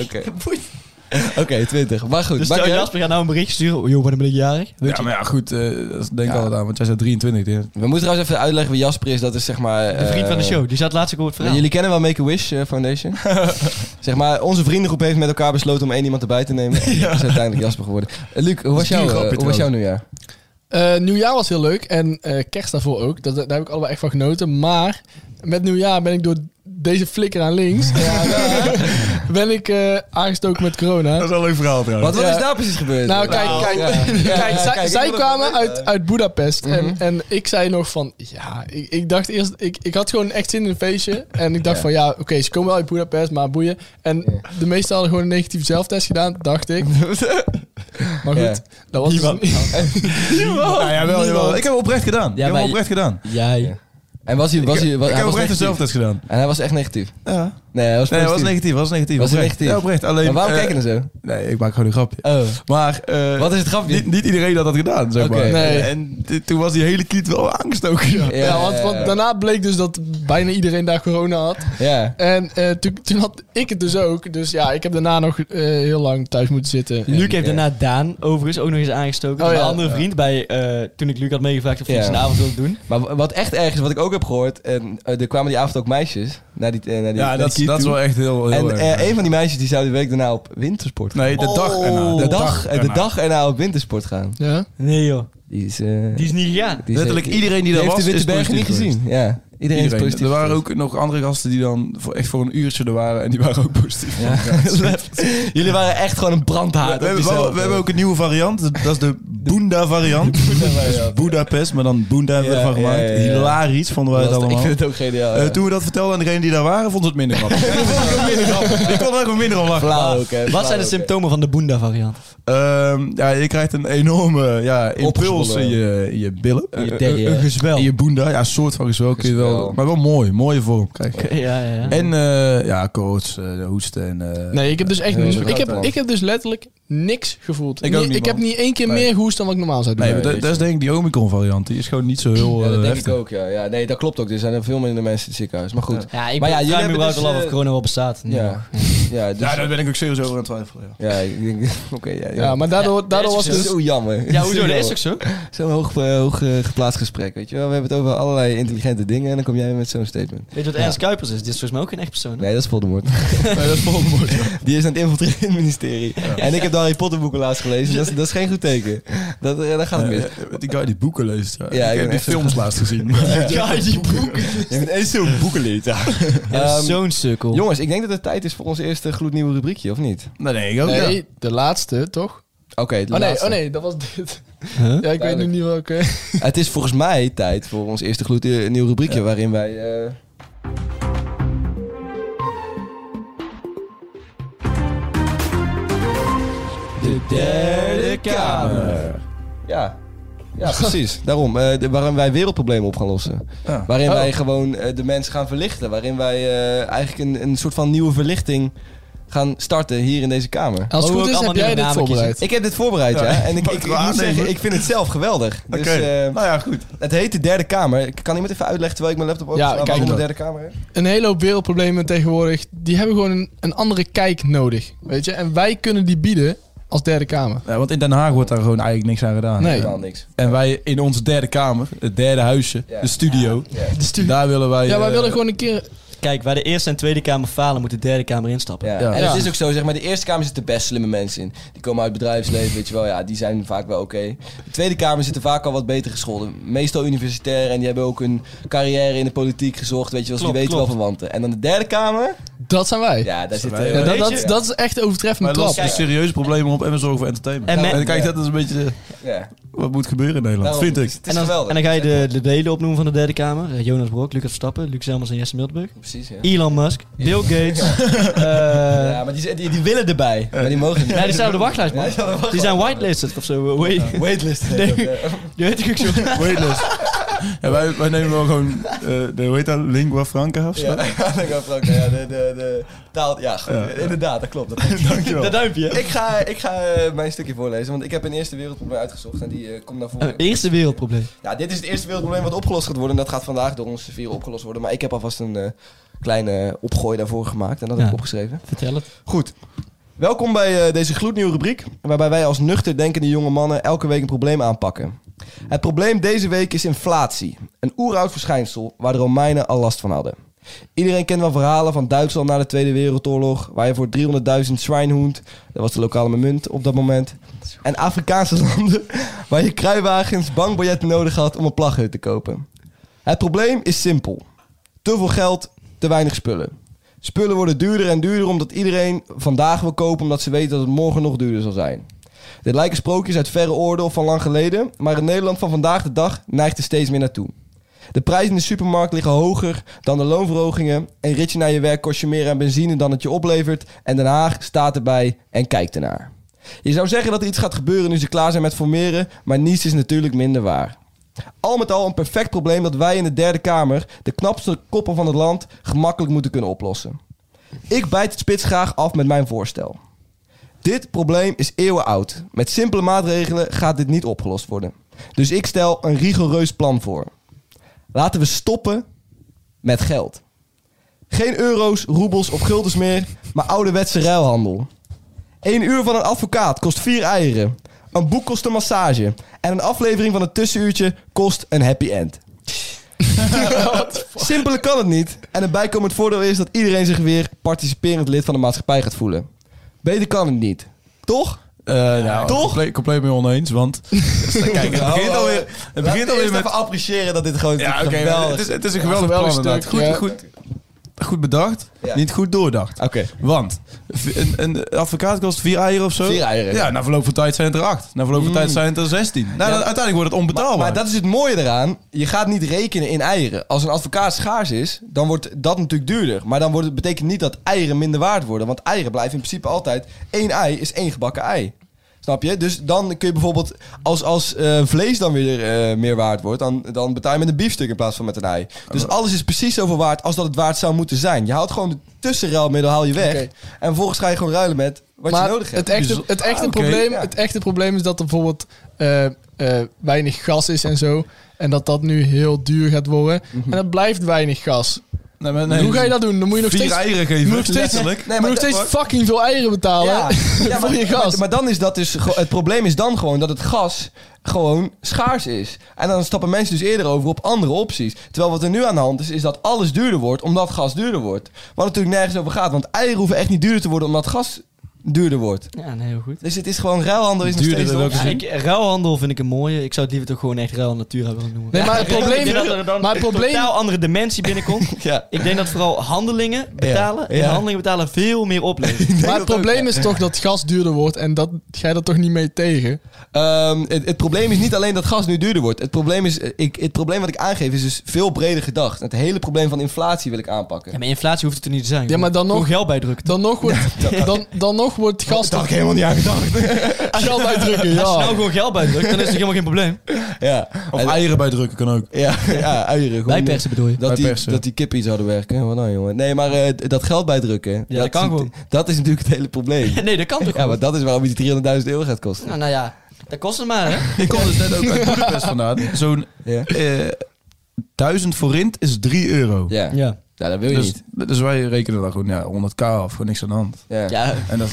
Oké, Oké, 20. Maar goed. Dus maar stel jij- Jasper gaat nou een bericht sturen. Oh, joh, wanneer ben ik jarig? Weet Ja, maar ja, goed. eh, dat denk ik al wat aan, want jij zei 23. die- We moeten trouwens even uitleggen wie Jasper is. Dat is zeg maar... je, de vriend eh, van de show. Die zat laatst ook op het Ja, verhaal. jullie kennen wel Make-A-Wish eh, Foundation. zeg maar, onze vriendengroep heeft met elkaar besloten om één iemand erbij te nemen. En Dat is uiteindelijk Jasper geworden. Eh, Luc, hoe was, is een jou, grapje hoe was jouw trouwens. nieuwjaar? Eh, nieuwjaar was heel leuk en eh, kerst daarvoor ook. Dat, daar heb ik allebei echt van genoten. Maar met nieuwjaar ben ik door deze flikker aan links... ben ik eh, aangestoken met corona. Dat is wel een leuk verhaal trouwens. Wat, wat Ja. is daar precies gebeurd? Nou, kijk, Ja. kijk. Ja. Kijk, Ja, zij, kijk, ik zij wil dat kwamen wel weten. uit, uit Budapest. Mhm. en, en ik zei nog van, ja, ik, ik dacht eerst, ik, ik had gewoon echt zin in een feestje. En ik dacht Ja. van, ja, oké, ze komen wel uit Budapest, maar boeien. En de meesten hadden gewoon een negatieve zelftest gedaan, dacht ik. Maar goed, Ja. dat was dus niet. Nou ja, wel, jawel. Ik heb hem oprecht gedaan. ik heb maar hem je- oprecht gedaan. Jij. En was hij... Was hij, was, ik hij heb was oprecht negatief. dezelfde test gedaan. En hij was echt negatief. Ja. Nee, hij was Nee, dat was positief. negatief, was negatief. Was het oprecht. negatief? Ja, oprecht. Alleen, Maar waarom eh, kijken ze zo? Nee, ik maak gewoon een grapje. Oh. Maar eh, Wat is het grapje? niet, niet iedereen had dat gedaan, zeg Oké. maar. Nee. En dit- toen was die hele kiet wel aangestoken. Ja. Ja, want, Eh. want daarna bleek dus dat bijna iedereen daar corona had. Ja. En eh, toen, toen had ik het dus ook. Dus ja, ik heb daarna nog eh, heel lang thuis moeten zitten. Luc heeft Ja. daarna Daan overigens ook nog eens aangestoken. Oh, mijn ja. andere vriend bij, eh, toen ik Luc had meegevraagd of hij Ja. iets vanavond wilde doen. Maar wa- wat echt erg is, wat ik ook heb heb gehoord. En eh, er kwamen die avond ook meisjes naar die, eh, naar die, Ja, naar dat, die is- kid dat is toe. wel echt heel, heel En erg. eh, een van die meisjes die zou de week daarna op wintersport gaan. Nee, de dag erna. de, dag, eh, de erna. dag erna op wintersport gaan. Ja? Nee joh, Die is, eh, die is niet gegaan. die is Letterlijk die- iedereen die die daar heeft was, de Witte is Bergen niet positief gezien. geweest. Ja, iedereen, is Iedereen. positief. Er waren geweest. ook nog andere gasten die dan voor, echt voor een uurtje er waren. En die waren ook positief. Ja. Ah, Jullie waren echt gewoon een We, brandhaard. op hebben, jezelf, eh. wel- we hebben hoor. ook een nieuwe variant. Dat is de Boenda-variant. Budapest, maar dan Boenda hebben we Ja, ervan ja, gemaakt. ja, ja. Hilarisch vonden wij Dat het was- Ik allemaal. vind het ook geniaal. Eh, ja. toen we dat vertelden aan degenen die daar waren, vonden ze het minder grappig. Ik vond het ook minder grappig. Ik kon er ook minder om lachen. Flauw ook, hè, flauw Wat zijn de ook, hè. symptomen van de Boenda-variant? Ehm, ja, je krijgt een enorme ja, impuls Opgezwollen. in je, in je billen. je Eh, derrière. eh, eh, gezwel. In je boenda. Ja, een soort van gezwel kun je wel. Gezwel. Maar wel mooi. Mooie vorm krijg je. Ja, ja, ja. En eh, ja, koorts, eh, hoesten en... eh, Nee, ik heb dus echt Nee, niks- dat ik, heb, gaat wel. ik heb dus letterlijk niks gevoeld. Ik ook Niet- niet, ik heb man. niet één keer Nee. meer gehoest dan wat ik normaal zou doen. Nee, maar dat, dat is denk ik die Omicron variant. Die is gewoon niet zo heel Ja, eh, dat denk ik heftig. ook, ja. ja. Nee, dat klopt ook. Er zijn er veel minder mensen in het ziekenhuis. Maar goed. Ja, ik Maar ja, jullie ben- vraag me hebben überhaupt dus, al af of eh, corona wel bestaat. Nee. Ja. Ja, dus, Ja, ja, daar ben ik ook serieus over aan het twijfelen. Ja. ik denk... Oké, ja, ja. Ja, maar daardoor, daardoor was Dat het is dus... zo jammer. Ja, hoezo? Dat is ook zo. Zo'n hoog, eh, hoog eh, geplaatst gesprek, weet je wel. We hebben het over allerlei intelligente dingen en dan kom jij met zo'n statement. Weet je wat Ernst Kuipers is? Dit is volgens mij ook geen echt persoon. hè? Nee, dat is Voldemort. dat is Die is aan het infiltreren in het ministerie. En ik heb de Harry Potter boeken laatst gelezen. Dat is, dat is geen goed teken. Dat, eh, daar gaat het mis. die guy die boeken leest. Ja. Ja, ik ik ben heb die echt- films laatst gezien. Ja, die boeken. Je bent eens zo'n boekenlezer. Ja, dat is Ehm, Zo'n sukkel. jongens, ik denk dat het tijd is voor ons eerste gloednieuwe rubriekje, of niet? Nee, nee, ik ook. ja. Nee, de laatste, toch? Oké, het Oh nee, laatste. oh nee, dat was dit. Huh? Ja, ik weet nu Duidelijk. niet welke. Het is volgens mij tijd voor ons eerste gloednieuw rubriekje waarin wij... eh, De derde kamer. Ja. Ja, precies. Daarom. eh, de- waarin wij wereldproblemen op gaan lossen. Ja. Waarin Oh. wij gewoon eh, de mensen gaan verlichten. Waarin wij eh, eigenlijk een, een soort van nieuwe verlichting gaan starten hier in deze kamer. Als het Mogen we ook goed is, allemaal heb jij nieuwe dit namen voorbereid. Ik heb dit voorbereid, Oh. ja. Ja, En ik, pak ik, het ik maar moet aan, zeggen, even. ik vind het zelf geweldig. Oké, Dus, eh, nou ja, goed. het heet de derde kamer. Ik- Kan iemand even uitleggen terwijl ik mijn laptop open Ja, sla kijk waarom de maar. derde kamer is? Een hele hoop wereldproblemen tegenwoordig, die hebben gewoon een, een andere kijk nodig. Weet je? En wij kunnen die bieden als derde kamer. Ja, want in Den Haag wordt daar gewoon eigenlijk niks aan gedaan. Nee. Helemaal niks. En wij in onze derde kamer, het derde huisje, Ja. de studio. Ja. Daar willen wij... Ja, wij eh, willen gewoon een keer... Kijk, waar de Eerste en Tweede Kamer falen, moet de Derde Kamer instappen. Ja. Ja. En Ja. het is ook zo, zeg maar, de Eerste Kamer zitten best slimme mensen in. Die komen uit het bedrijfsleven, weet je wel, ja, die zijn vaak wel oké. De Tweede Kamer zitten vaak al wat beter gescholden. Meestal universitair en die hebben ook hun carrière in de politiek gezocht, weet je wel, dus die Klopt, weten wel van wanten. En dan de derde Kamer, Dat zijn wij. Ja, ja, daar zitten... wij- eh, dat, Weet dat, je- dat is echt overtreffend Wij trap. lossen de serieuze problemen op en we zorgen voor entertainment. En En, met- dan kijk, Ja. dat is een beetje eh, ja. wat moet gebeuren in Nederland, Daarom, vind het ik. is- Het En is dan, geweldig. en dan ga je de, de delen opnoemen van de Derde Kamer. Eh, Jonas Brok, Lucas Verstappen, Luc Zelmers en Jesse Miltenburg. Precies, ja. Elon Musk, Bill Gates. eh, Ja, maar die, die, die willen erbij, maar die mogen niet. Nee, die staan op de wachtlijst, man. Ja, die staan op de Die zijn whitelisted of zo. eh, Wait. Waitlist. Nee. Je weet ik ook zo. Waitlist. Ja, wij, wij nemen wel gewoon, eh de, hoe heet dat, lingua franca of zo? Ja, ik had Frank, ja, de, de, de taal, ja, goed, Ja. inderdaad, dat klopt. Dat klopt. Dankjewel. Dat duimpje. Ik ga, ik ga eh, mijn stukje voorlezen, want ik heb een eerste wereldprobleem uitgezocht en die eh, komt naar Eh, voren. eerste wereldprobleem. Ja, dit is het eerste wereldprobleem wat opgelost gaat worden en dat gaat vandaag door ons vier opgelost worden. Maar ik heb alvast een eh, kleine opgooi daarvoor gemaakt en dat heb Ja. ik opgeschreven. Vertel het. Goed. Welkom bij eh, deze gloednieuwe rubriek, waarbij wij als nuchter denkende jonge mannen elke week een probleem aanpakken. Het probleem deze week is inflatie, een oeroud verschijnsel waar de Romeinen al last van hadden. Iedereen kent wel verhalen van Duitsland na de Tweede Wereldoorlog, waar je voor 300.000 Schweinhund, dat was de lokale munt op dat moment, en Afrikaanse landen, waar je kruiwagens, bankbiljetten nodig had om een plaghut te kopen. Het probleem is simpel. Te veel geld, te weinig spullen. Spullen worden duurder en duurder omdat iedereen vandaag wil kopen omdat ze weten dat het morgen nog duurder zal zijn. Dit lijken sprookjes uit verre oorden of van lang geleden, maar in Nederland van vandaag de dag neigt er steeds meer naartoe. De prijzen in de supermarkt liggen hoger dan de loonverhogingen. Een ritje naar je werk kost je meer aan benzine dan het je oplevert. En Den Haag staat erbij en kijkt ernaar. Je zou zeggen dat er iets gaat gebeuren nu ze klaar zijn met formeren, maar niets is natuurlijk minder waar. Al met al een perfect probleem dat wij in de Derde Kamer, de knapste koppen van het land, gemakkelijk moeten kunnen oplossen. Ik bijt het spits graag af met mijn voorstel. Dit probleem is eeuwen oud. Met simpele maatregelen gaat dit niet opgelost worden. Dus ik stel een rigoureus plan voor. Laten we stoppen met geld. Geen euro's, roebels of guldens meer, maar ouderwetse ruilhandel. Eén uur van een advocaat kost vier eieren. Een boek kost een massage. En een aflevering van een tussenuurtje kost een happy end. Simpeler kan het niet. En een bijkomend voordeel is dat iedereen zich weer participerend lid van de maatschappij gaat voelen. Beter kan het niet. Toch? Eh, nou, Toch? Compleet, compleet mee oneens, want... Kijk, het begint alweer, het begint alweer met... even appreciëren dat dit gewoon Ja, oké, maar geweldig het, is. is, het is een geweldig plan geweldig inderdaad. stuk, Goed, ja. goed, goed bedacht, Ja. niet goed doordacht. Oké. Want v- een, een advocaat kost vier eieren of zo. Vier eieren. Ja, na verloop van tijd zijn het er acht. Na verloop van tijd zijn het er zestien. Nou, dan- uiteindelijk wordt het Maar, onbetaalbaar. maar dat is het mooie eraan. Je gaat niet rekenen in eieren. Als een advocaat schaars is, dan wordt dat natuurlijk duurder. Maar dan wordt het, betekent niet dat eieren minder waard worden. Want eieren blijven in principe altijd... één ei is één gebakken ei. Snap je? Dus dan kun je bijvoorbeeld... Als, als eh, vlees dan weer eh, meer waard wordt... Dan, dan betaal je met een biefstuk in plaats van met een ei. Dus alles is precies zoveel waard als dat het waard zou moeten zijn. Je haalt gewoon de tussenruilmiddel haal je weg. Oké. En vervolgens ga je gewoon ruilen met wat je maar nodig hebt. het echte, Dus- het, echte Ah, oké, probleem, ja. het echte probleem is dat er bijvoorbeeld eh, eh, weinig gas is en zo. En dat dat nu heel duur gaat worden. En dat blijft weinig gas. Nee, maar Mhm. nee. dus Hoe ga je dat doen? Dan moet je nog Vier steeds, eieren moet geven, je nog steeds, letterlijk. moet je nog steeds dat- fucking veel eieren betalen voor maar, je gas. Maar, maar dan is dat dus. ge- Het probleem is dan gewoon dat het gas gewoon schaars is. En dan stappen mensen dus eerder over op andere opties. Terwijl wat er nu aan de hand is, is dat alles duurder wordt omdat gas duurder wordt. Wat natuurlijk nergens over gaat, want eieren hoeven echt niet duurder te worden omdat gas duurder wordt. Ja, nee, heel goed. Dus het is gewoon ruilhandel is nog Duurder steeds in welke de Ja, optie. Dus ik, ruilhandel vind ik een mooie. Ik zou het liever toch gewoon echt ruil en natuur willen noemen. nee, maar het probleem... Ik denk dat er dan maar het een probleem totaal andere dimensie binnenkomt. Ja. Ik denk dat vooral handelingen betalen en Ja. handelingen betalen veel meer opleveren. maar het probleem is toch dat gas duurder wordt en dat ga je dat toch niet mee tegen? Ehm, het, het probleem is niet alleen dat gas nu duurder wordt. Het probleem, is, eh, ik, het probleem wat ik aangeef is dus veel breder gedacht. Het hele probleem van inflatie wil ik aanpakken. Ja, maar inflatie hoeft het er niet te zijn. Ja, maar dan nog- Gewoon geld bijdrukken. Dan nog wordt, dan, dan nog wordt gas toch helemaal niet aan gedacht. geld uitdrukken, Als je nou ja. gewoon geld bijdrukt, dan is het helemaal geen probleem. Ja. Of eieren bijdrukken kan ook. Ja, ja eieren. Gewoon, Bijpersen bedoel je? Dat die, Bijpersen. dat die kippen iets zouden werken. Wat nou, jongen? Nee, maar eh, d- dat geld bijdrukken. dat kan is, gewoon. Dat is natuurlijk het hele probleem. Nee, dat kan toch ja, gewoon. maar dat is waarom je 300.000 euro gaat kosten. Nou, nou ja, dat kost het maar, hè? Ik kom dus net ook uit Boedapest vandaan. Zo'n Ja. eh 1000 forint is 3 euro. Ja. ja. dat wil je Dus, niet. dus wij rekenen dan gewoon ja, 100k af, gewoon niks aan de hand. Ja. Ja, En dat,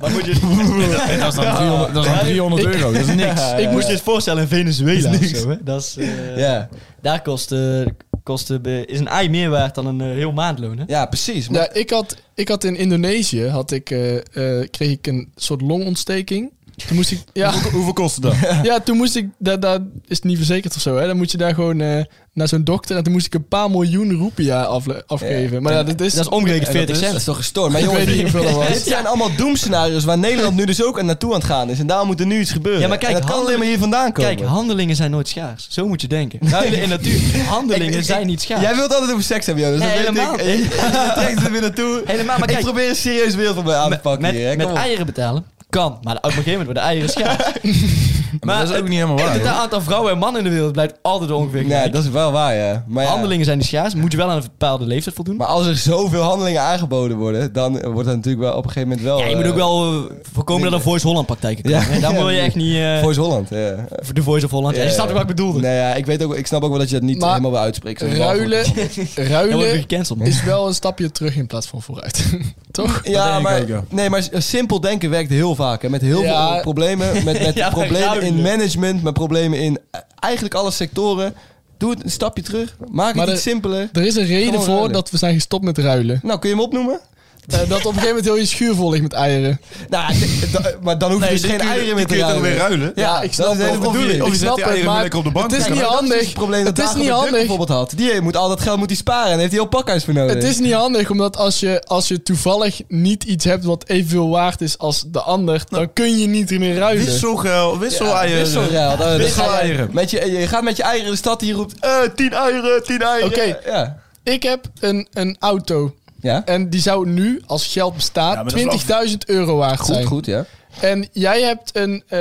maar moet je, en dat is dan 300, dat is dan 300 euro, dat is niks. ik moest je eens voorstellen in Venezuela of zo, hè? Dat is, eh, Ja. Daar kost, eh, kost, eh, be- is een ei meer waard dan een eh, heel maandloon, hè? ja, precies. Maar, Ja, ik had, ik had in Indonesië had ik, eh, eh, kreeg ik een soort longontsteking. Toen moest ik, ja, Dus Hoeveel, hoeveel kost het dan? ja, toen moest ik, daar, daar is het niet verzekerd of zo, hè? Dan moet je daar gewoon eh, naar zo'n dokter en toen moest ik een paar miljoen roepia afle- afgeven. Maar ja, dat is, Dat is omgerekend en dat 40 is, dat cent. is toch gestoord. Maar ik jongen, weet niet dit hoeveel dat was. zijn allemaal doemscenario's waar Nederland nu dus ook aan naartoe aan het gaan is. En daar moet er nu iets gebeuren. Ja, maar kijk, en dat kan handelen- alleen maar hier vandaan komen. Kijk, handelingen zijn nooit schaars. Zo moet je denken. Ruilen in natuur. Handelingen Ik- ik- zijn niet schaars. Jij wilt altijd over seks hebben, Jonas. Dat Nee, weet helemaal ik. Je trekt het weer naartoe. Helemaal, maar ik kijk. probeer een serieus wereld van mij aan te pakken met, hier. hè. met Kom op. eieren betalen kan, maar op een gegeven moment worden eieren schaars. Maar dat is ook niet helemaal waar. Het hoor. aantal vrouwen en mannen in de wereld blijft altijd ongeveer Nee, gelijk. dat is wel waar, ja. Maar ja. Handelingen zijn niet schaars. Moet je wel aan een bepaalde leeftijd voldoen. Maar als er zoveel handelingen aangeboden worden, dan wordt dat natuurlijk wel op een gegeven moment wel. ja, je moet eh, ook wel eh, voorkomen dat er Voice Holland praktijken komen. Ja. hè. Daar wil je echt niet... eh, Voice Holland. Ja. voor de Voice of Holland. Ja, je snapt wat ik bedoelde. Nee, ja, ik, weet ook, ik snap ook wel dat je dat niet Maar helemaal wil uitspreken. Zo'n ruilen, Dan word ik ruilen gecanceld, man. is wel een stapje terug in plaats van vooruit. Toch? denk Ja, ik maar, ook, ja. nee, maar simpel denken werkt heel vaak. Hè, met heel Ja. veel problemen. Met, met Ja, maar problemen in ruilen. management, met problemen in eh, eigenlijk alle sectoren. Doe het een stapje terug. Maak Maar het de- iets simpeler. Er is een reden Gewoon voor ruilen. dat we zijn gestopt met ruilen. Nou, kun je hem opnoemen? Eh, dat op een gegeven moment heel je schuur vol ligt met eieren. Nou, ik- da- maar dan hoef je Nee, dus die geen kun je- eieren meer die te kun je toch ruilen. weer ruilen? Ja, Ja, ik snap dat is de hele het. bedoeling. Of Ik je zet snap die het, eieren maar lekker op de bank. het is Ja, niet maar- Dat is handig. het probleem dat Het is Dagobert niet Duck handig. bijvoorbeeld eh. had. Die eh, moet al dat geld moet hij sparen en heeft hij al pakhuis voor nodig. Het is niet handig, omdat als je, als je toevallig niet iets hebt wat evenveel waard is als de ander, dan kun je niet meer ruilen. Wisselgel, wissel-eieren. Wisselruil. Dat- dat Wissel Oh, ga je- eieren. Met je, je gaat met je eieren in de stad die roept: eh, tien eieren, tien eieren. Oké. Ja. Ik heb een, een auto ja. en die zou nu, als geld Ja, bestaat, maar dat is wel- 20.000 euro waard Goed, zijn. goed, ja. En jij hebt een, eh,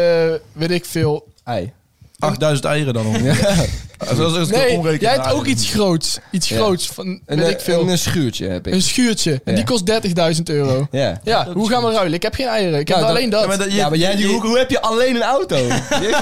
weet ik veel... Ei. 8000 eieren dan ongeveer. Als, als, als ik het Nee, omreken jij naar hebt ook eieren. iets groots. Iets Ja. eh, groots, van, Een, weet ik veel. een, Een, een schuurtje heb ik. schuurtje. En die Ja. kost 30.000 euro. ja. Ja, hoe gaan we ruilen? Ik heb geen eieren. Ik heb Nou, alleen dan- dat. Ja, maar dat- je- ja, maar jij, je- hoe, hoe heb je alleen een auto?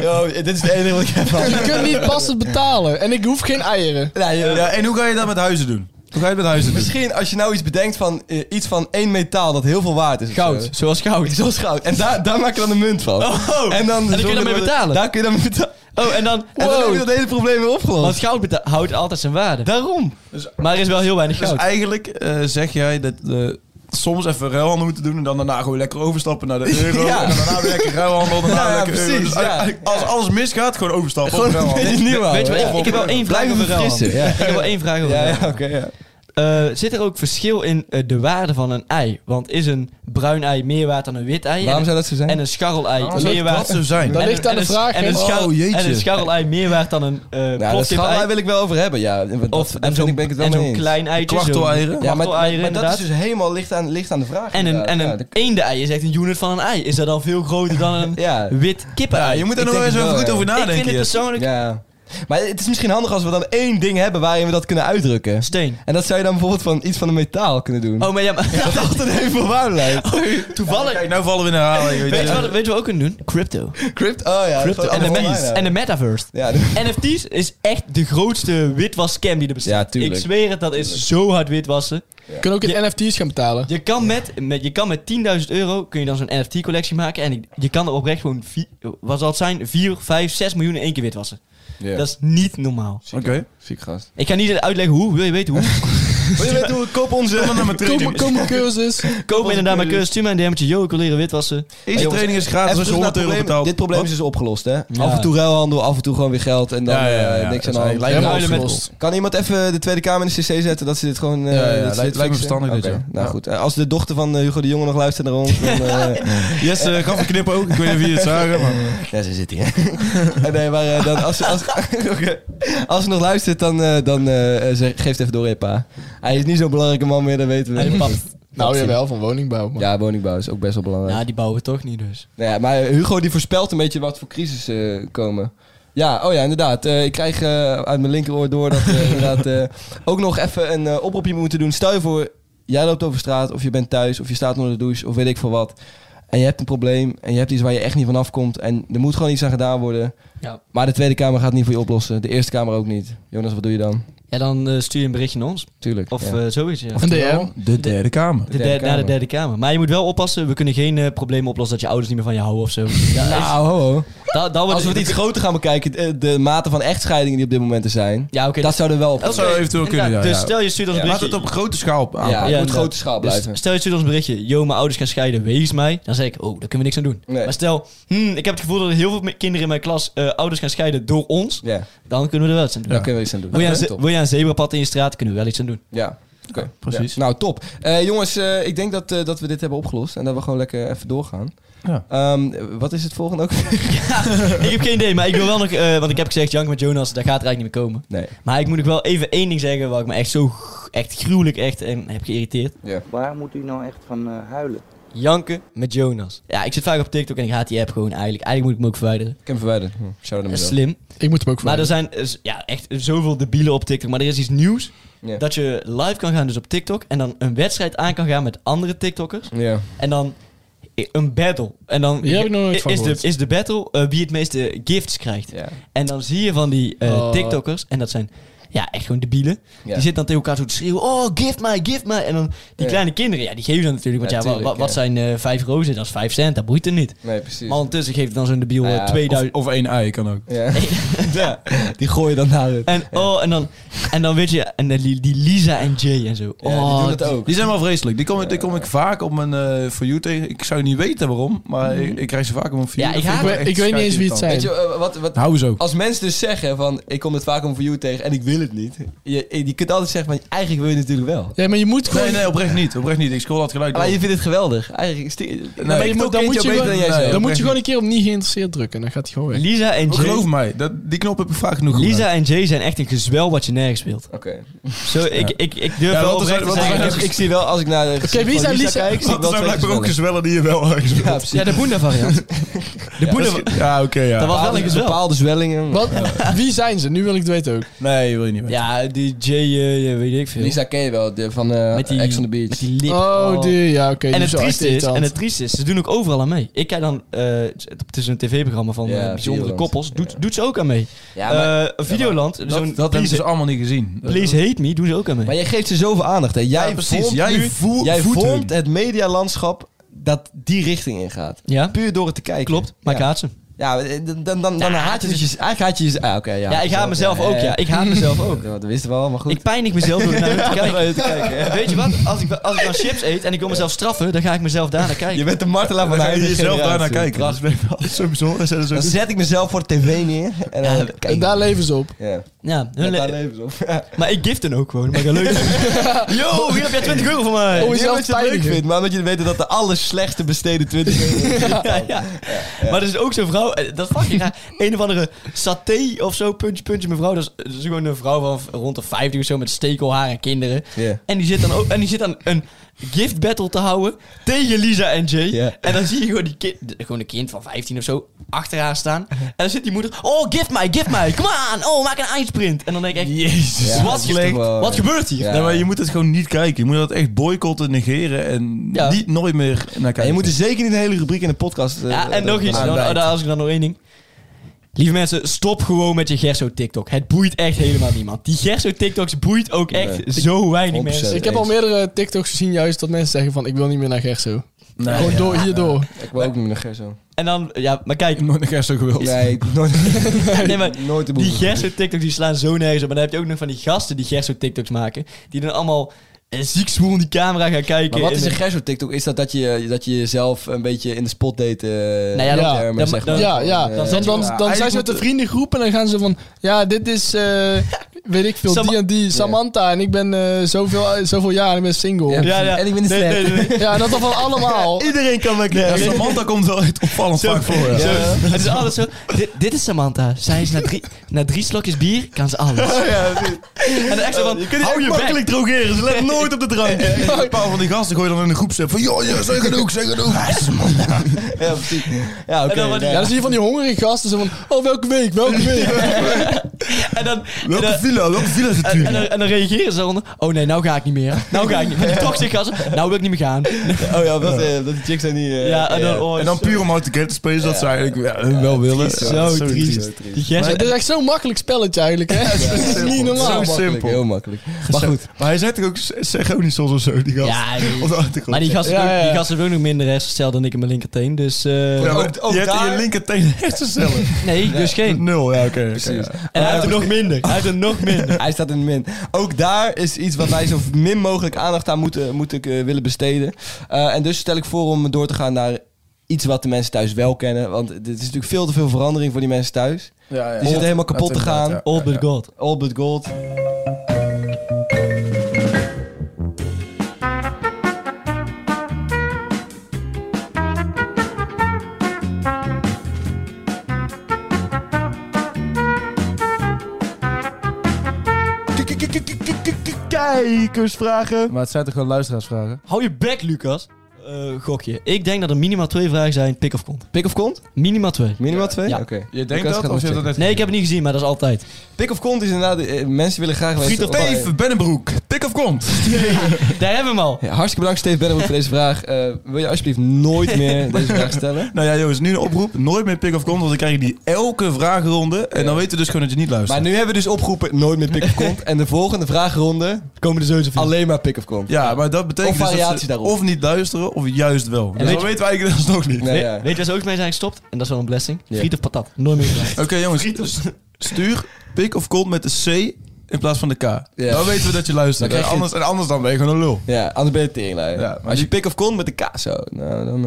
Yo, dit is het enige wat ik heb. Je kunt niet passend betalen. En ik hoef geen eieren. Nee, Ja, en hoe ga je dat met huizen doen? Hoe ga je met huizen doen? Misschien als je nou iets bedenkt van eh, iets van één metaal dat heel veel waard is. of zo. Goud, zoals goud. Zoals goud. En daar, daar maak je dan een munt van. Oh, en dan, kun je zorgen ermee dat- betalen. Daar kun je dan mee betalen. Oh, en dan... En dan heb je Wow. dat hele probleem weer opgelost. Want goud beta- houdt altijd zijn waarde. Daarom. Maar er is wel heel weinig Dus goud. eigenlijk eh, zeg jij dat eh, soms even ruilhandel moeten doen en dan daarna gewoon lekker overstappen naar de euro. Ja. En dan daarna weer lekker ruilhandel, daarna Ja, ja, lekker euro. precies, Dus eigenlijk- Als alles misgaat, gewoon overstappen op ruilhandel. Weet je niet Weet je wat, ik, ik heb wel één vraag Blijven over ruil. verfrissen, ja. Ik heb wel één vraag over Ja, ruil. ja, oké. ja. Eh, zit er ook verschil in eh, de waarde van een ei? Want is een bruin ei meer waard dan een wit ei? Waarom en, zou dat zo zijn? en een scharrelei Als meer het dat waard... zo zijn. Dat en ligt een- aan de en een- vraag, En hè? een, scharrel- Oh, jeetje. en een scharrelei meer waard dan een eh ja, Nou, dat plofkip-ei? scharrel wil ik wel over hebben, ja. Dat, Of dat en vind zo'n ik ben ik het wel en mee zo'n eens. klein eitje. Kwarteleieren. zo'n Ja, maar, kwarteleieren, maar dat is inderdaad. dus helemaal ligt aan, ligt aan de vraag. En een, en inderdaad. een Ja, de- eendei is echt een unit van een ei. Is dat dan veel groter dan een Ja. wit Ja, kippen-ei? je moet er Ik nog denk eens het even wel, goed ja. over ik nadenken. vind het Jess. persoonlijk... ja. Maar het is misschien handig als we dan één ding hebben waarin we dat kunnen uitdrukken. Steen. En dat zou je dan bijvoorbeeld van iets van een metaal kunnen doen. Oh, maar ja, maar... Oh, Dat altijd even voor waarde lijkt. Toevallig... Kijk, nou vallen we in herhaling. Weet weet, je je. wat, weet je wat we ook kunnen doen? Crypto. Crypto, oh ja. Crypto. dat is En de, allemaal met- online, en de metaverse. Ja, de- NFT's is echt de grootste witwasscam die er bestaat. Ja, tuurlijk. Ik zweer het, dat is zo hard witwassen. Kunnen ook in NFT's gaan betalen. Je kan met, met, je kan met 10.000 euro kun je dan zo'n NFT-collectie maken. En ik- je kan er oprecht gewoon, vi- wat zal het zijn, 4, 5, 6 miljoen in één keer witwassen. Ja. Dat is niet normaal. Oké. Ziek gast. Ik ga niet uitleggen hoe, wil je weten hoe? Wil je weten hoe ik koop onze... Kom maar naar mijn Kom, training. kom een cursus. Nou, Koop me inderdaad mijn cursus, stuur mij een DM'tje. Yo, ik wil leren witwassen. Deze jongens, training is gratis Even als je terug naar het 100 euro probleem. betaalt. Dit probleem is dus opgelost, hè? Af en toe ruilhandel, af en toe gewoon weer geld en dan Ja, ja, ja, eh, ja, niks aan dat de is hand. eigenlijk- Lijkt me Helemaal opgelost. opgelost. Kan iemand even de Tweede Kamer in de cc zetten dat ze dit gewoon... eh, Ja, ja, dat ze lijkt- dit lijkt me fixen? verstandig dit, Oké, ja. Nou Ja. goed, Eh, als de dochter van eh, Hugo de Jonge nog luistert naar ons, dan... eh, Yes, eh, gaf een knipper ook. Ik weet niet of jullie het zagen, maar... ja, ze zit hier. Eh, nee, maar eh, dan, als, ze- als, oké. als ze nog luistert, dan, eh, dan eh, ze- geeft even door aan je pa. Hij is niet zo'n belangrijke man meer, dat weten we. En pap. Nou jawel, van woningbouw. man. Ja, woningbouw is ook best wel belangrijk. Nou, die bouwen we toch niet dus. Nou ja, maar Hugo die voorspelt een beetje wat voor crisis eh, komen. Ja, oh ja, inderdaad. Eh, ik krijg eh, uit mijn linkeroor door dat we inderdaad eh, ook nog even een eh, oproepje moeten doen. Stel je voor, jij loopt over straat of je bent thuis of je staat onder de douche of weet ik veel wat. En je hebt een probleem en je hebt iets waar je echt niet vanaf komt. En er moet gewoon iets aan gedaan worden. Ja. Maar de Tweede Kamer gaat het niet voor je oplossen. De Eerste Kamer ook niet. Jonas, wat doe je dan? Ja, dan eh, stuur je een berichtje naar ons. Tuurlijk. Of ja. eh, zoiets, ja. Een DM. De derde kamer. De Derde derde, naar de Kamer. derde kamer. Maar je moet wel oppassen, we kunnen geen eh, problemen oplossen dat je ouders niet meer van je houden of zo. nou, ho, ho. Da- dan wordt Als we het- het iets groter gaan bekijken, de, de mate van echtscheidingen die op dit moment er zijn. Ja, oké. dus- Dat zou er wel op Dat zou eventueel Inderdaad, kunnen, ja, Dus ja. stel je stuurt ons Ja, een Laat berichtje. het op grote schaal aan. Ja, het moet inderdaad. grote schaal Dus blijven. stel je stuurt ons een berichtje, yo, mijn ouders gaan scheiden, wees mij. Dan zeg ik, oh, daar kunnen we niks aan doen. Nee. Maar stel, hmm, ik heb het gevoel dat er heel veel me- kinderen in mijn klas eh, ouders gaan scheiden door ons. Ja, Dan kunnen we er wel iets aan doen. daar kunnen we iets aan doen. Wil, jij een Ja, ze- top. wil jij een zebrapad in je straat, kunnen we wel iets aan doen. Ja, oké. precies. Ja. Nou, top. Eh, jongens, eh, ik denk dat, eh, dat we dit hebben opgelost en dat we gewoon lekker even doorgaan. Ja. Ehm, wat is het volgende ook? ik heb geen idee, maar ik wil wel nog, eh, want ik heb gezegd, Jank met Jonas, daar gaat er eigenlijk niet meer komen. nee. Maar ik moet nog wel even één ding zeggen waar ik me echt zo, g- echt gruwelijk echt en heb geïrriteerd. Ja. Waar moet u nou echt van eh, huilen? Janken met Jonas. Ja, ik zit vaak op TikTok en ik haat die app gewoon eigenlijk. Eigenlijk moet ik hem ook verwijderen. Ik heb hem verwijderd. Hm, Shout out naar Dat is mezelf. slim. Ik moet hem ook Maar er voor. zijn eh, z- ja, echt zoveel debielen op TikTok. Maar er is iets nieuws. Ja. Dat je live kan gaan dus op TikTok. En dan een wedstrijd aan kan gaan met andere TikTokkers. Ja. En dan i- een battle. En dan Hier heb ik nog nooit van is, de, gehoord. is de battle eh, wie het meeste gifts krijgt. Ja. En dan zie je van die eh, Oh. TikTokkers. En dat zijn ja, echt gewoon debielen. Ja. Die zitten dan tegen elkaar zo te schreeuwen. Oh, gift mij, gift mij. En dan die Ja. kleine kinderen. Ja, die geven ze natuurlijk. Want ja, Ja, wa- wa- tuurlijk, wat ja. zijn eh, vijf rozen? Dat is vijf cent. Dat boeit er niet. Nee, precies. Maar ondertussen geeft dan zo'n debiel eh, Ja, of- 2000... Of één ei kan ook. Ja. Ja. Die gooien dan naar het. En, oh, en, dan, en dan weet je, en dan die, die Lisa en Jay en zo. Ja, die Oh, doen het ook. Die zijn wel vreselijk. Die kom, ik- die kom ik vaak op mijn eh For You tegen. Ik zou niet weten waarom, maar ik, ik krijg ze vaak op mijn For You. Ja, ik Dat vind haat- wel Ik echt weet niet eens wie het schijt zijn. Weet je, eh, wat, wat, irritant. Hou ze ook. als mensen dus zeggen van, ik kom dit vaak om voor jou tegen en ik wil het niet. Je, je kunt altijd zeggen van, eigenlijk wil je het natuurlijk wel. Ja, maar je moet gewoon... Nee, nee, oprecht niet. Oprecht niet. Ik scroll dat geluid Maar door. Ah, je vindt het geweldig. Eigenlijk, sti- maar ik je toch moet- dan kindje moet je beter dan wel- jij Nee, zelf. Dan moet je oprecht gewoon een keer op niet geïnteresseerd drukken. en Dan gaat hij gewoon weg. Lisa en Jay. Geloof mij, dat, die knop heb ik vaak genoeg Lisa en Jay zijn echt een gezwel wat je nergens speelt. Oké. Zo, ik, ik, ik durf Ja, wel want er zijn- oprecht te want er zeggen. zijn Ik, ik zie wel, als ik naar de gezicht wie van zijn Lisa? kijk, zie ik Want wel er zijn twee blijkbaar ook Lisa's. gezwellen die je wel ergens Ja, speelt. precies. Ja, de Boenda variant. De Boenda Ja, oké, ja. Dat was wel een gezwel. Bepaalde zwellingen. Wat? Wie zijn ze? Nu wil ik het weten ook. Nee, wil je niet weten. Ja, die J, eh, weet ik veel. Lisa ken je wel, de- van eh Met die- Ex on the Beach. Met die lip. Oh, die, ja, oké. die En is het, wel echt trieste is, irritant. en het trieste is, ze doen ook overal aan mee. Ik kijk dan, eh, het is een tv-programma van eh, Ja, bijzondere Videoland. koppels, doet, doet ze ook aan mee. ja, maar, Eh, Videoland, zo'n dat dat hebben please, ze allemaal niet gezien. please Hate Me, doen ze ook aan mee. maar jij geeft ze zoveel aandacht. Hè. Jij Ja, precies. vormt Jij, nu- voelt, jij voedt hun. vormt het medialandschap dat die richting ingaat. ja, Puur door het te kijken. klopt, maar ja. ik haat ze. Ja, dan, dan, dan, dan Nou, haat je het dus je... Eigenlijk haat je je... Ah, oké, ja. Ja, ik haat Zo, eh, mezelf ook, ja. Ik haat ja. mezelf ook. Dat wisten we al, maar goed. Ik pijnig mezelf door naar hun te kijken. te kijken, ja. Weet je wat, als ik, als ik dan chips eet en ik wil mezelf straffen, dan ga ik mezelf daarna kijken. Je bent de martelaar van Dan de ga je huidige jezelf generatie. daarna kijken. Dat Prachtig. is wel zo bijzonder. Dat is Dan ook- zet ik mezelf voor de tv neer. En dan kijk En ik. daar leven ze op. Ja, Ja, hun met le- daar leven ze op. maar ik gift hen ook gewoon, maar ik ga leuk doen. Yo, hier heb jij 20 euro van mij. Oh, Niet jezelf omdat je het leuk pijnigen. vindt, maar omdat je weet dat de allerslechtste besteden 20 euro is. ja, ja. Maar er is ook zo'n vrouw, eh, dat fucking raar. Een of andere saté of zo, puntje, puntje, mevrouw. Dat is, dat is gewoon een vrouw van v- rond de 50 of zo met stekelhaar en kinderen. Ja. En die zit dan ook, en die zit dan een gift battle te houden tegen Lisa en Jay. Ja. En dan zie je gewoon, die kind, de- gewoon een kind van 15 of zo achter haar staan. En dan zit die moeder, oh, gift mij, gift mij, come on, oh, maak een eindsprint. En dan denk ik echt, Jezus. Ja, dat wat, is toch slecht, wel- wat gebeurt hier? Ja. Nee, maar je moet het gewoon niet kijken. Je moet dat echt boycotten, negeren en Ja. niet nooit meer naar kijken. En je moet er zeker niet de hele rubriek in de podcast eh, Ja, en nog iets. Dan, aanwijden. oh, daar als ik dan nog één ding. Lieve mensen, stop gewoon met je Gerso-TikTok. Het boeit echt helemaal niemand. Die Gerso-TikToks boeit ook echt Nee. zo weinig 100%. mensen. Ik heb al eens. meerdere TikToks gezien juist dat mensen zeggen van ik wil niet meer naar Gerso. Nee, Gewoon door, hierdoor. Ik wil ook niet meer naar Gerso. En dan, ja, maar Ik kijk. heb nooit naar Gerso gewild. Nee, ik- nooit, Nee, maar nooit de die boel. Gerso-TikToks die slaan zo nergens op. Maar dan heb je ook nog van die gasten die Gerso-TikToks maken. Die dan allemaal eh, ziek zwoel in die camera gaan kijken. Maar wat En is dan- een Gerso TikTok? Is dat dat je, dat je jezelf een beetje in de spot deed? eh nou ja, dan- dan- dan- Ja, ja. Eh, Dan, dan, dan, zijn ze met de vriendengroep en dan gaan ze van... Ja, dit is, eh, weet ik veel, Sama- die en die, Samantha. En ik ben eh, zoveel, zoveel jaar en ik ben single. Ja, Ja, ja. En ik ben een Nee, ster. nee, nee. en dat dan van allemaal. Iedereen kan me Ja, Samantha komt wel echt opvallend Zo, vaak voor. ja. zo. Het is alles zo. Dit, dit is Samantha. Zij is na drie, na drie slokjes bier, kan ze alles. En dan echt Oh, zo van, hou je bek. makkelijk drogeren. Ze let nooit op de drank. Een paar van die gasten gooien dan in een groepsapp van... joh, ja, zeg genoeg, zeg genoeg. Ja, precies. Ja, oké. En dan wat- nee. Ja, dan zie je van die hongerige gasten zo van... Oh, welke week, welke week. En dan, en dan- Welke villa, welke villa is het En, nu? en, dan, en dan reageren ze eronder. Oh nee, nou ga ik niet meer. Nou ga ik niet meer. Die toxic gasten. Nou wil ik niet meer gaan. Oh ja, dat, eh, dat die chicks zijn niet... eh, Ja, en dan, ja. oh, En dan puur om out the get te spelen, dat ze eigenlijk ja, hun wel willen. Zo, Ja, dat is triest. Zo triest. Die gers. Maar dit is echt zo'n makkelijk spelletje eigenlijk, hè. dat is niet normaal. Zo Makkelijk, simpel. Heel makkelijk. Maar goed. Maar hij zegt ook Segonisos of zo, die gast. Ja, die- Op de achtergrond. maar die gasten, Ja, doen- ja. Die gasten hebben ook nog minder hersencel dan ik in mijn linkerteen. Dus eh, Ja, maar ook- ook je hebt in daar- je linker tegen hersencellen. nee, dus geen. Nul, ja, oké. oké, Precies. ja. En hij heeft er nog minder. Hij heeft er nog minder. Hij staat in de min. Ook daar is iets wat wij zo min mogelijk aandacht aan moeten, moeten eh, willen besteden. Eh, en dus stel ik voor om door te gaan naar iets wat de mensen thuis wel kennen. Want dit is natuurlijk veel te veel verandering voor die mensen thuis. Ja, ja. Die zitten helemaal kapot te gaan. inderdaad, All but God. All but gold. Kijkersvragen. Maar het zijn toch gewoon luisteraarsvragen? Hou je bek, Lucas. Eh, gokje. Ik denk dat er minimaal twee vragen zijn. Pick of kont. Pick of kont? Minimaal twee. Minimaal twee? Ja. Oké. Je Lucas denkt gaat dat, nog of je hebt dat net Nee, ik heb het niet gezien, maar dat is altijd. Pick of kont is inderdaad... eh, mensen willen graag weten... Friet of Teef, Bennenbroek, tik of kont. Daar hebben we hem al. Ja, hartstikke bedankt, Steve Bennemoet, voor deze vraag. Eh, wil je alsjeblieft nooit meer deze vraag stellen? Nou ja, jongens, nu een oproep. Nooit meer pick of kont, want dan krijg je die elke vragenronde. En dan weten we dus gewoon dat je niet luistert. Maar nu hebben we dus opgeroepen nooit meer pick of kont. En de volgende vraagronde Komen er sowieso veel. alleen maar pick of kont. Ja, maar dat betekent Of dus dat variatie ze daarop. of niet luisteren, of juist wel. Dus weet dat je- weten we eigenlijk alsnog niet. Nee, Weet- ja. Weet je waar ze ook mee zijn gestopt? En dat is wel een blessing. Ja. Friet of patat. Nooit meer gedaan. Oké jongens, stuur pick of kont met de C in plaats van de K. Dan weten we dat je luistert. Dan krijg En je- anders, en anders dan ben je gewoon een lul. Ja, anders ben je teringlijn. Ja, maar Als je die- pick of kont met de kaas zo, nou, dan, eh, Dan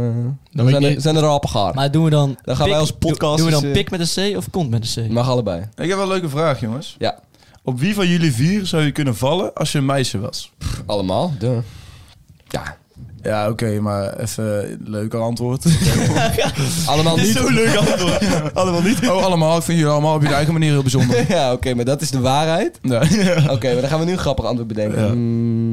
weet zijn, je er, niet- zijn er rappen gaar. Maar doen we dan... Dan gaan wij als podcast Doen we dan eens, eh, pik met een C of kont met een C? Mag allebei. Ik heb wel een leuke vraag jongens. Ja. Op wie van jullie vier zou je kunnen vallen als je een meisje was? Allemaal, duh. Ja. Ja, oké, maar even leuker antwoord. Allemaal niet. leuk antwoord. allemaal niet? Oh, allemaal. Ik vind jullie allemaal op je eigen manier heel bijzonder. Ja, oké, maar dat is de waarheid. Nee. Oké, maar dan gaan we nu een grappig antwoord bedenken. Ja. Hmm,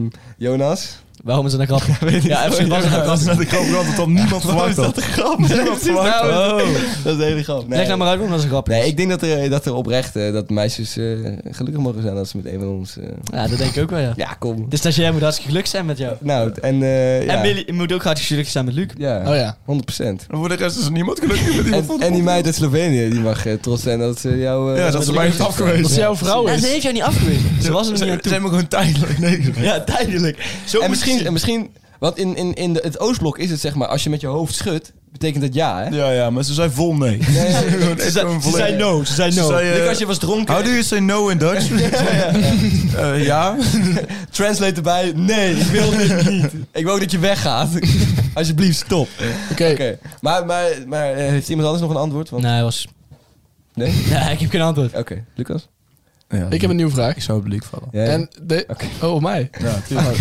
Mm, Jonas? Waarom is het een grap? ja, en misschien was het een grap. Dat is net een grap, want dat had niemand verwacht had. een grap? Nee, precies, verwacht nou, had. Oh. Dat is een hele grap. Nee. Leg nou maar uit waarom dat is een grap. is. Nee, ik denk dat er, dat er oprecht eh, dat meisjes eh, gelukkig mogen zijn als ze met een van ons... eh, Ja, dat denk ik ook wel, ja. ja, kom. De stagiair moet hartstikke gelukkig zijn met jou. Nou, en... eh, ja. En Billy moet ook hartstikke gelukkig zijn met Luc. Ja, Oh ja. 100 procent. En voor de rest is niemand gelukkig met iemand En, en die meid uit Slovenië, die mag eh, trots zijn dat ze jou... eh, Ja, dat is mij niet Dat is afgewezen. jouw vrouw Ja, is. ze heeft jou niet afgewezen. Ze was er nog niet aan toe. zijn me gewoon tijdelijk nee Ja, tijdelijk. Zo en moet je misschien, het en zien. misschien... Want in, in, in de, het Oostblok is het zeg maar, als je met je hoofd schudt, betekent dat ja, hè? Ja, ja, maar ze zijn vol nee. Ze zei- ze zei no, ze zei Ze no. zei, eh, Luc, als je was dronken... How do you say no in Dutch? Eh, ja. Translate erbij. Nee, ik wil dit niet. Ik wil ook dat je weggaat. Alsjeblieft, stop. Oké. Oké. Maar, maar, maar eh, heeft iemand anders nog een antwoord? Want... Nee, hij was... Nee? Nee, ik heb geen antwoord. Oké, Lucas? Ik heb een nieuwe vraag. Ik zou op de leak vallen. Ja, En de... Oh, op mij. Ja, tuurlijk.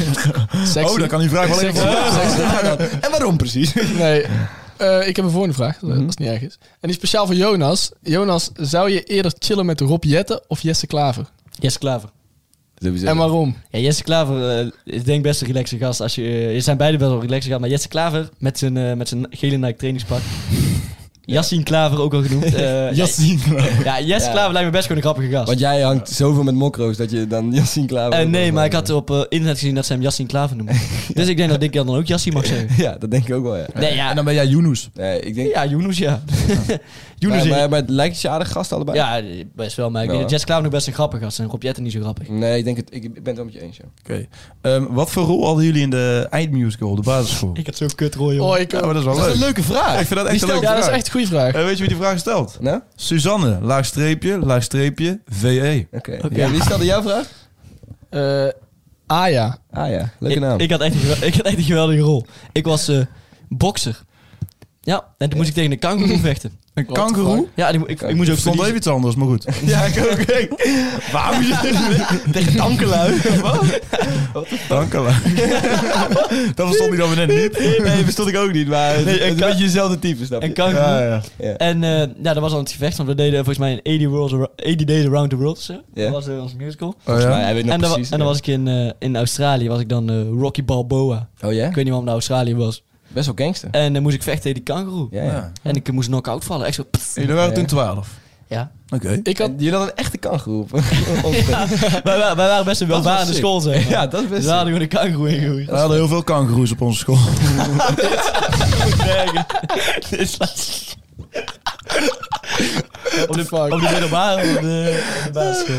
Sexy. Oh, dan kan die vraag wel even... Sexy. Sexy. En waarom precies? Nee. Eh, ik heb een volgende vraag, Mhm. als dat is niet erg is. En die is speciaal voor Jonas. Jonas, zou je eerder chillen met Rob Jetten of Jesse Klaver? Jesse Klaver. En waarom? Ja, Jesse Klaver eh, is denk ik best een relaxe gast. Als je, eh, je zijn beide best wel relaxe gast, maar Jesse Klaver met zijn, eh, met zijn gele Nike trainingspak. Jassine Klaver ook al genoemd. Eh, Jassine. Ja, ja, Jesse Ja. Klaver lijkt me best gewoon een grappige gast. Want jij hangt zoveel met mokro's dat je dan Jassine klaar Eh, wordt. nee, maar ik had op eh, internet gezien dat ze hem Jassine Klaver noemen. Dus ik denk dat ik dan ook Jassie mag zeggen. Ja, dat denk ik ook wel, ja. Nee, ja. En dan ben jij Yunus. Nee, ik denk... Ja, Yunus, ja. Yunus, maar, ja. maar, maar het lijkt het je aardig gast allebei? Ja, best wel, maar ik Ja. denk dat Jesse Klaver nog best een grappige gast is en Rob Jetten niet zo grappig. Nee, ik, denk het, ik ben het wel met je eens, ja. Oké. Ehm, wat voor rol hadden jullie in de eindmusical, de basisschool? Ik had zo'n kut rol, Oh, ik... Ja, maar dat is wel leuk. leuke vraag. Ik vind dat echt een ja, leuke dat is vraag. echt een goede vraag. Eh, weet je wie die vraag stelt? Nou, Suzanne, laagstreepje, laagstreepje, VE. oké. Ja, wie stelde jouw vraag? Eh ah ja. Ah ja, leuke naam. Ik, ik, had echt een, gewel- ik had echt een geweldige rol. Ik was eh bokser. Ja, en toen moest ik tegen een kangoeroe vechten. Een What the kangeroe? fuck? Ja, die, mo- ik, ik moest ook Ik stond verliezen. even iets anders, maar goed. ja, ik ook. Waarom tegen kankerlui. Dankela. dat verstond ik dan weer net niet. Nee, bestond ik ook niet, maar het- het is een beetje dezelfde type, snap je? Een kangoeroe. Ja, Oh, ja. En eh, ja, dat was al het gevecht, want we deden volgens mij een 80, worlds ar- 80 Days Around the World. of zo. Ja. Dat was eh, onze musical. Oh, ja. Maar hij weet nog en, dan, wa- precies. en dan was ik in, eh, in Australië, was ik dan eh, Rocky Balboa. Oh ja? Ik weet niet waarom naar Australië was. Best wel gangster. En dan moest ik vechten tegen die kangoeroe. Ja, ja. Ja. En ik eh, moest knock-out vallen. Echt zo... pff. Jullie waren Ja. toen 12. Ja. Oké. Ik had... En Jullie hadden een echte kangoeroe. op- op- wij, wij- wij waren best een Dat was welvarende sick. school, zeg maar. Ja, dat is Dus best... we hadden gewoon een kangoeroe ingegroeid. We hadden heel veel kangeroes op onze school. bergen. Dit is laatst. Op de, op de middelbare op de, de basisschool.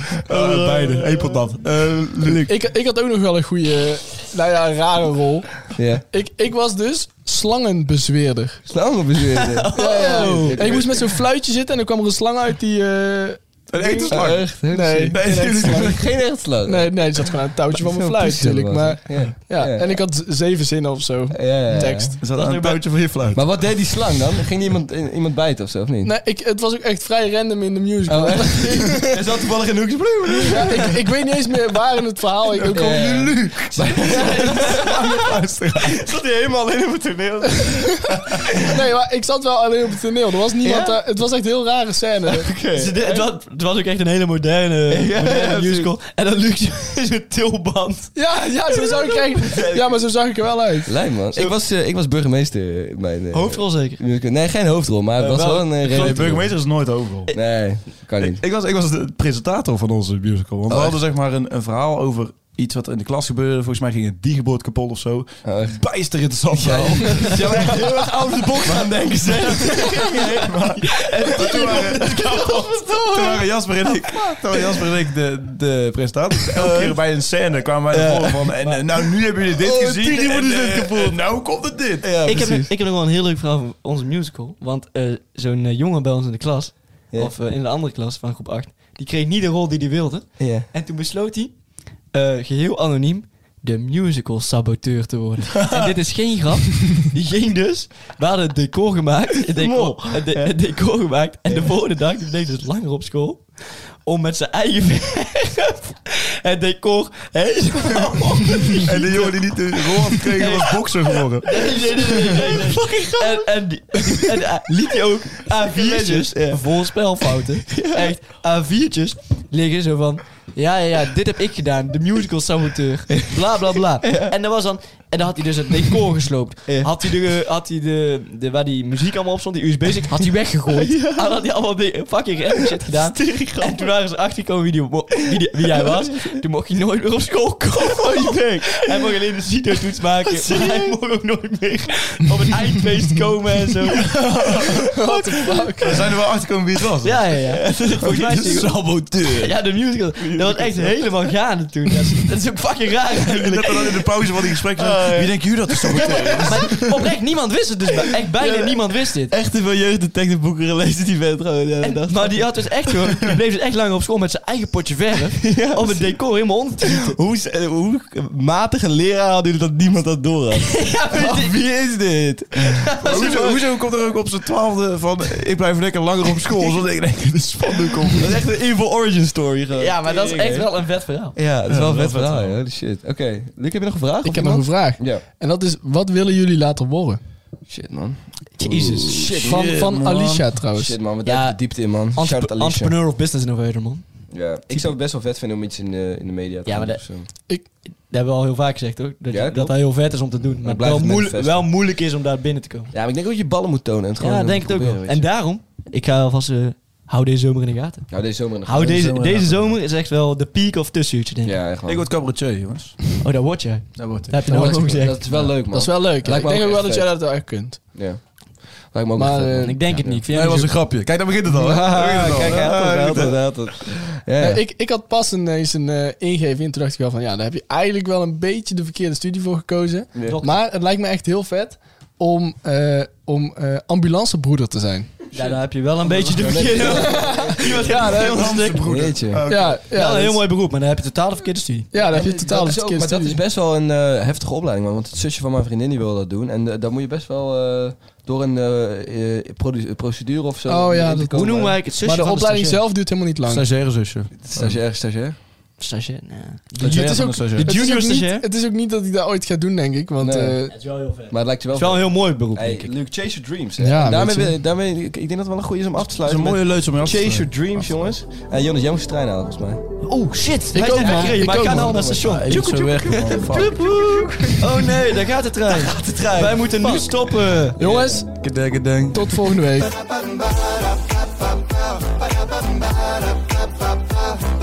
Eh, beide. Epeldat. Eh Luc. Ik, ik had ook nog wel een goede, nou ja, een rare rol. Ja. Ik, ik was dus slangenbezweerder. Slang op je zin. Ja, ja, Oh. ja. En ik moest met zo'n fluitje zitten en dan kwam er een slang uit die... eh, Een echte slang. Echt? Nee, Nee, jullie- Geen echt slang. nee, nee, die zat gewoon aan het touwtje van mijn Zo'n fluit poesje natuurlijk. was Maar het. Ja. ja, Ja. en ik had z- zeven zinnen of zo. Ja, ja, ja. Tekst. Is dat aan nu het touwtje van je fluit? Maar wat deed die slang dan? Ging die iemand, in- iemand bijten of zo, of niet? Nee, ik, het was ook echt vrij random in de musical. Oh, Hij zat toevallig in de hoekje. Ja, ik, ik weet niet eens meer waar in het verhaal. Ik ook al- Luc. Zat hij helemaal alleen op het toneel? Nee, maar ik zat wel alleen op het toneel. Er was niemand daar. Het was echt een heel rare scène. Dus dit- het, was, het was ook echt een hele moderne, moderne musical. En dan Luc is een tilband. Ja, ja, zo zag ik echt, ja, maar zo zag ik er wel uit. Lijn, man. Ik was, eh, ik was burgemeester in mijn... eh, Hoofdrol zeker. musical. Nee, geen hoofdrol, maar het was wel wel een... eh, Nee, relatief- burgemeester is nooit overal. Nee, kan niet. Ik, ik was, ik was de presentator van onze musical. Want Oh, we hadden zeg maar een, een verhaal over iets wat in de klas gebeurde. Volgens mij ging een diegeboord kapot of zo. Oh, echt? Bijster interessant verhaal. Ze hebben echt heel erg out of the box aan denken, zeg. Toen waren, toen waren Jasper en ik, toen waren Jasper en ik de, de presentator. Dus Eh. elke keer bij een scène kwamen wij ervoor van... En, eh, nou, nu hebben jullie dit Oh, het gezien. diegeboord en, is net eh, kapot. Nou komt het dit. Ja, ik, heb, precies. ik heb nog wel een heel leuk verhaal van onze musical. Want eh, zo'n eh, jongen bij ons in de klas, Ja. of eh, in de andere klas van groep 8, die kreeg niet de rol die hij wilde. Ja. En toen besloot hij, eh, geheel anoniem, de musical saboteur te worden. en dit is geen grap. Die ging dus, we hadden het decor gemaakt. Het decor, het de- het decor gemaakt. En de volgende dag, die bleef dus langer op school, om met zijn eigen verf het decor helemaal op te gieten. En de jongen die niet de rol had gekregen was bokser geworden. Nee, nee, nee, nee, nee. En, en, die- en, eh, liet hij ook A4'tjes vol spelfouten. Echt, A4'tjes liggen zo van... Ja, ja, ja, dit heb ik gedaan. De musical saboteur. Bla, bla, bla. En dat was dan... En dan had hij dus het decor gesloopt. Ja. Had hij, de, had hij de, de, waar die muziek allemaal op stond, die USB-stick, had hij weggegooid. En dan had hij allemaal de, fucking random shit gedaan. En toen waren ze achtergekomen wie, die, mo- wie, die- wie jij was. Toen mocht je nooit meer op school komen. Hij mocht alleen de CITO-toets maken. Maar hij mocht ook nooit meer op het eindfeest komen en zo. We zijn er wel achter gekomen wie het was. Ja, ja, ja. Volgens mij is hij- Saboteur. Ja, de musical. Dat was echt helemaal gaande toen. Dat is, dat is ook fucking raar En eigenlijk. dat we dan in de pauze van die gesprekken Ah, zijn. Wie denkt u dat is saboteur? Maar oprecht, niemand wist het dus. bij- Echt bijna niemand wist dit. Echt te veel jeugddetective boeken gelezen die vent gewoon. Ja, En- dat- maar die had dus echt gewoon, die bleef dus echt langer op school met zijn eigen potje verf. om het decor helemaal onder te gieten. Hoe, s- eh, hoe matige leraar hadden jullie dat niemand dat door had? Ja, weet ik. Wie is dit? Maar Hoezo, hoezo komt er ook op zijn twaalfde van ik blijf lekker langer op school? Zodat ik denk, dit is spandoek om. Dat is echt een evil origin story gewoon. ja, maar dat is echt wel een vet verhaal. Ja, dat is Ja, wel een dat vet is wel verhaal. vet joh. Holy shit. Oké, Luc, heb je nog een vraag? Ik Of heb nog een iemand? vraag. Ja. En dat is, wat willen jullie later worden? Shit, man. Jezus. Shit. Van, van Alicia trouwens. Oh, Shit, man. Wat Ja. ja. de diepte in, man. Shout out Alicia. entrepreneur of business innovator, man. Ja, ik zou het best wel vet vinden om iets in de, in de media te Ja, maar doen. dat- of zo. Dat hebben we al heel vaak gezegd, hoor. Dat, Ja, dat klopt. dat heel vet is om te doen. Maar blijft wel, het moeilijk, manifesten. wel moeilijk is om daar binnen te komen. Ja, maar ik denk dat je ballen moet tonen. En het gewoon Ja, eh, denk het ook proberen, wel. weet En je. daarom, ik ga alvast... eh hou deze zomer in de gaten. Nou, deze zomer in de Hou gaten. deze, deze zomer is echt wel de peak of tussenuurtje, denk ik. Ja, echt man. Ik word cabaretier, jongens. Oh, daar word jij. Dat wordt Dat heb je nou word ook ik. gezegd. Dat is wel leuk, man. Dat is wel leuk. Ja, ik lijkt me denk ook ook wel echt dat jij dat echt kunt. Ja. Lijkt me ook wel Maar, vet, eh, man. Ik denk het niet. Ik vind Nee, dat het was zo- een grapje. Kijk, dan begint het al. hè? Ah, Dan begint het al. Kijk, hij had het, Ah, hij had het, dat- hij had het. Ja, Nee, Eh, ik, ik had pas ineens een eh ingeving en toen dacht ik wel van ja, daar heb je eigenlijk wel een beetje de verkeerde studie voor gekozen. Ja. Maar het lijkt me echt heel vet om, eh, om eh, ambulancebroeder te zijn. Ja, dan heb je wel een beetje de verkeerde. Iemand ja, dat heel stuk. Jeetje. Ah, Ja, Wel ja, een heel dat- mooi beroep, maar dan heb je totaal de verkeerde studie. Ja, daar heb je En totaal dat de is ook- verkeerde Maar dat studie. is best wel een eh, heftige opleiding, man. Want het zusje van mijn vriendin die wil dat doen. En eh, daar moet je best wel eh, door een eh, eh, produ- procedure of zo. Oh, ja, in te dat- komen. Hoe noemen wij het zusje Maar de van opleiding stagiair? zelf duurt helemaal niet lang. Stagiaire zusje. Stagiair, stagiair. Stagiair, nee. het is ook- stagiaire. Het is ook junior niet- stagiair? Het is ook niet dat ik dat ooit ga doen, denk ik. Want dus, Nee. eh, is wel heel vet. Maar het lijkt je Het wel... is wel een heel mooi beroep, Hey, denk ik. Luke, chase your dreams. hè. Ja, En daarmee, weet je. wil- daarmee, ik ik denk dat het wel een goede is om af te Dat is sluiten. een mooie met leuts om je af te Chase your stellen. dreams, jongens. En Jonas, jij moest de trein halen, volgens mij. Oh shit, Ik hij is ook, net man. weggereden, Ik maar ik ook, ga naar man. een ander station. Ik moet zo werken, man. Fuck. Joep, joep. Oh nee, daar gaat de trein. Daar gaat de trein. Wij moeten nu stoppen. jongens, Gedeng, gedeng. tot volgende week. Ba,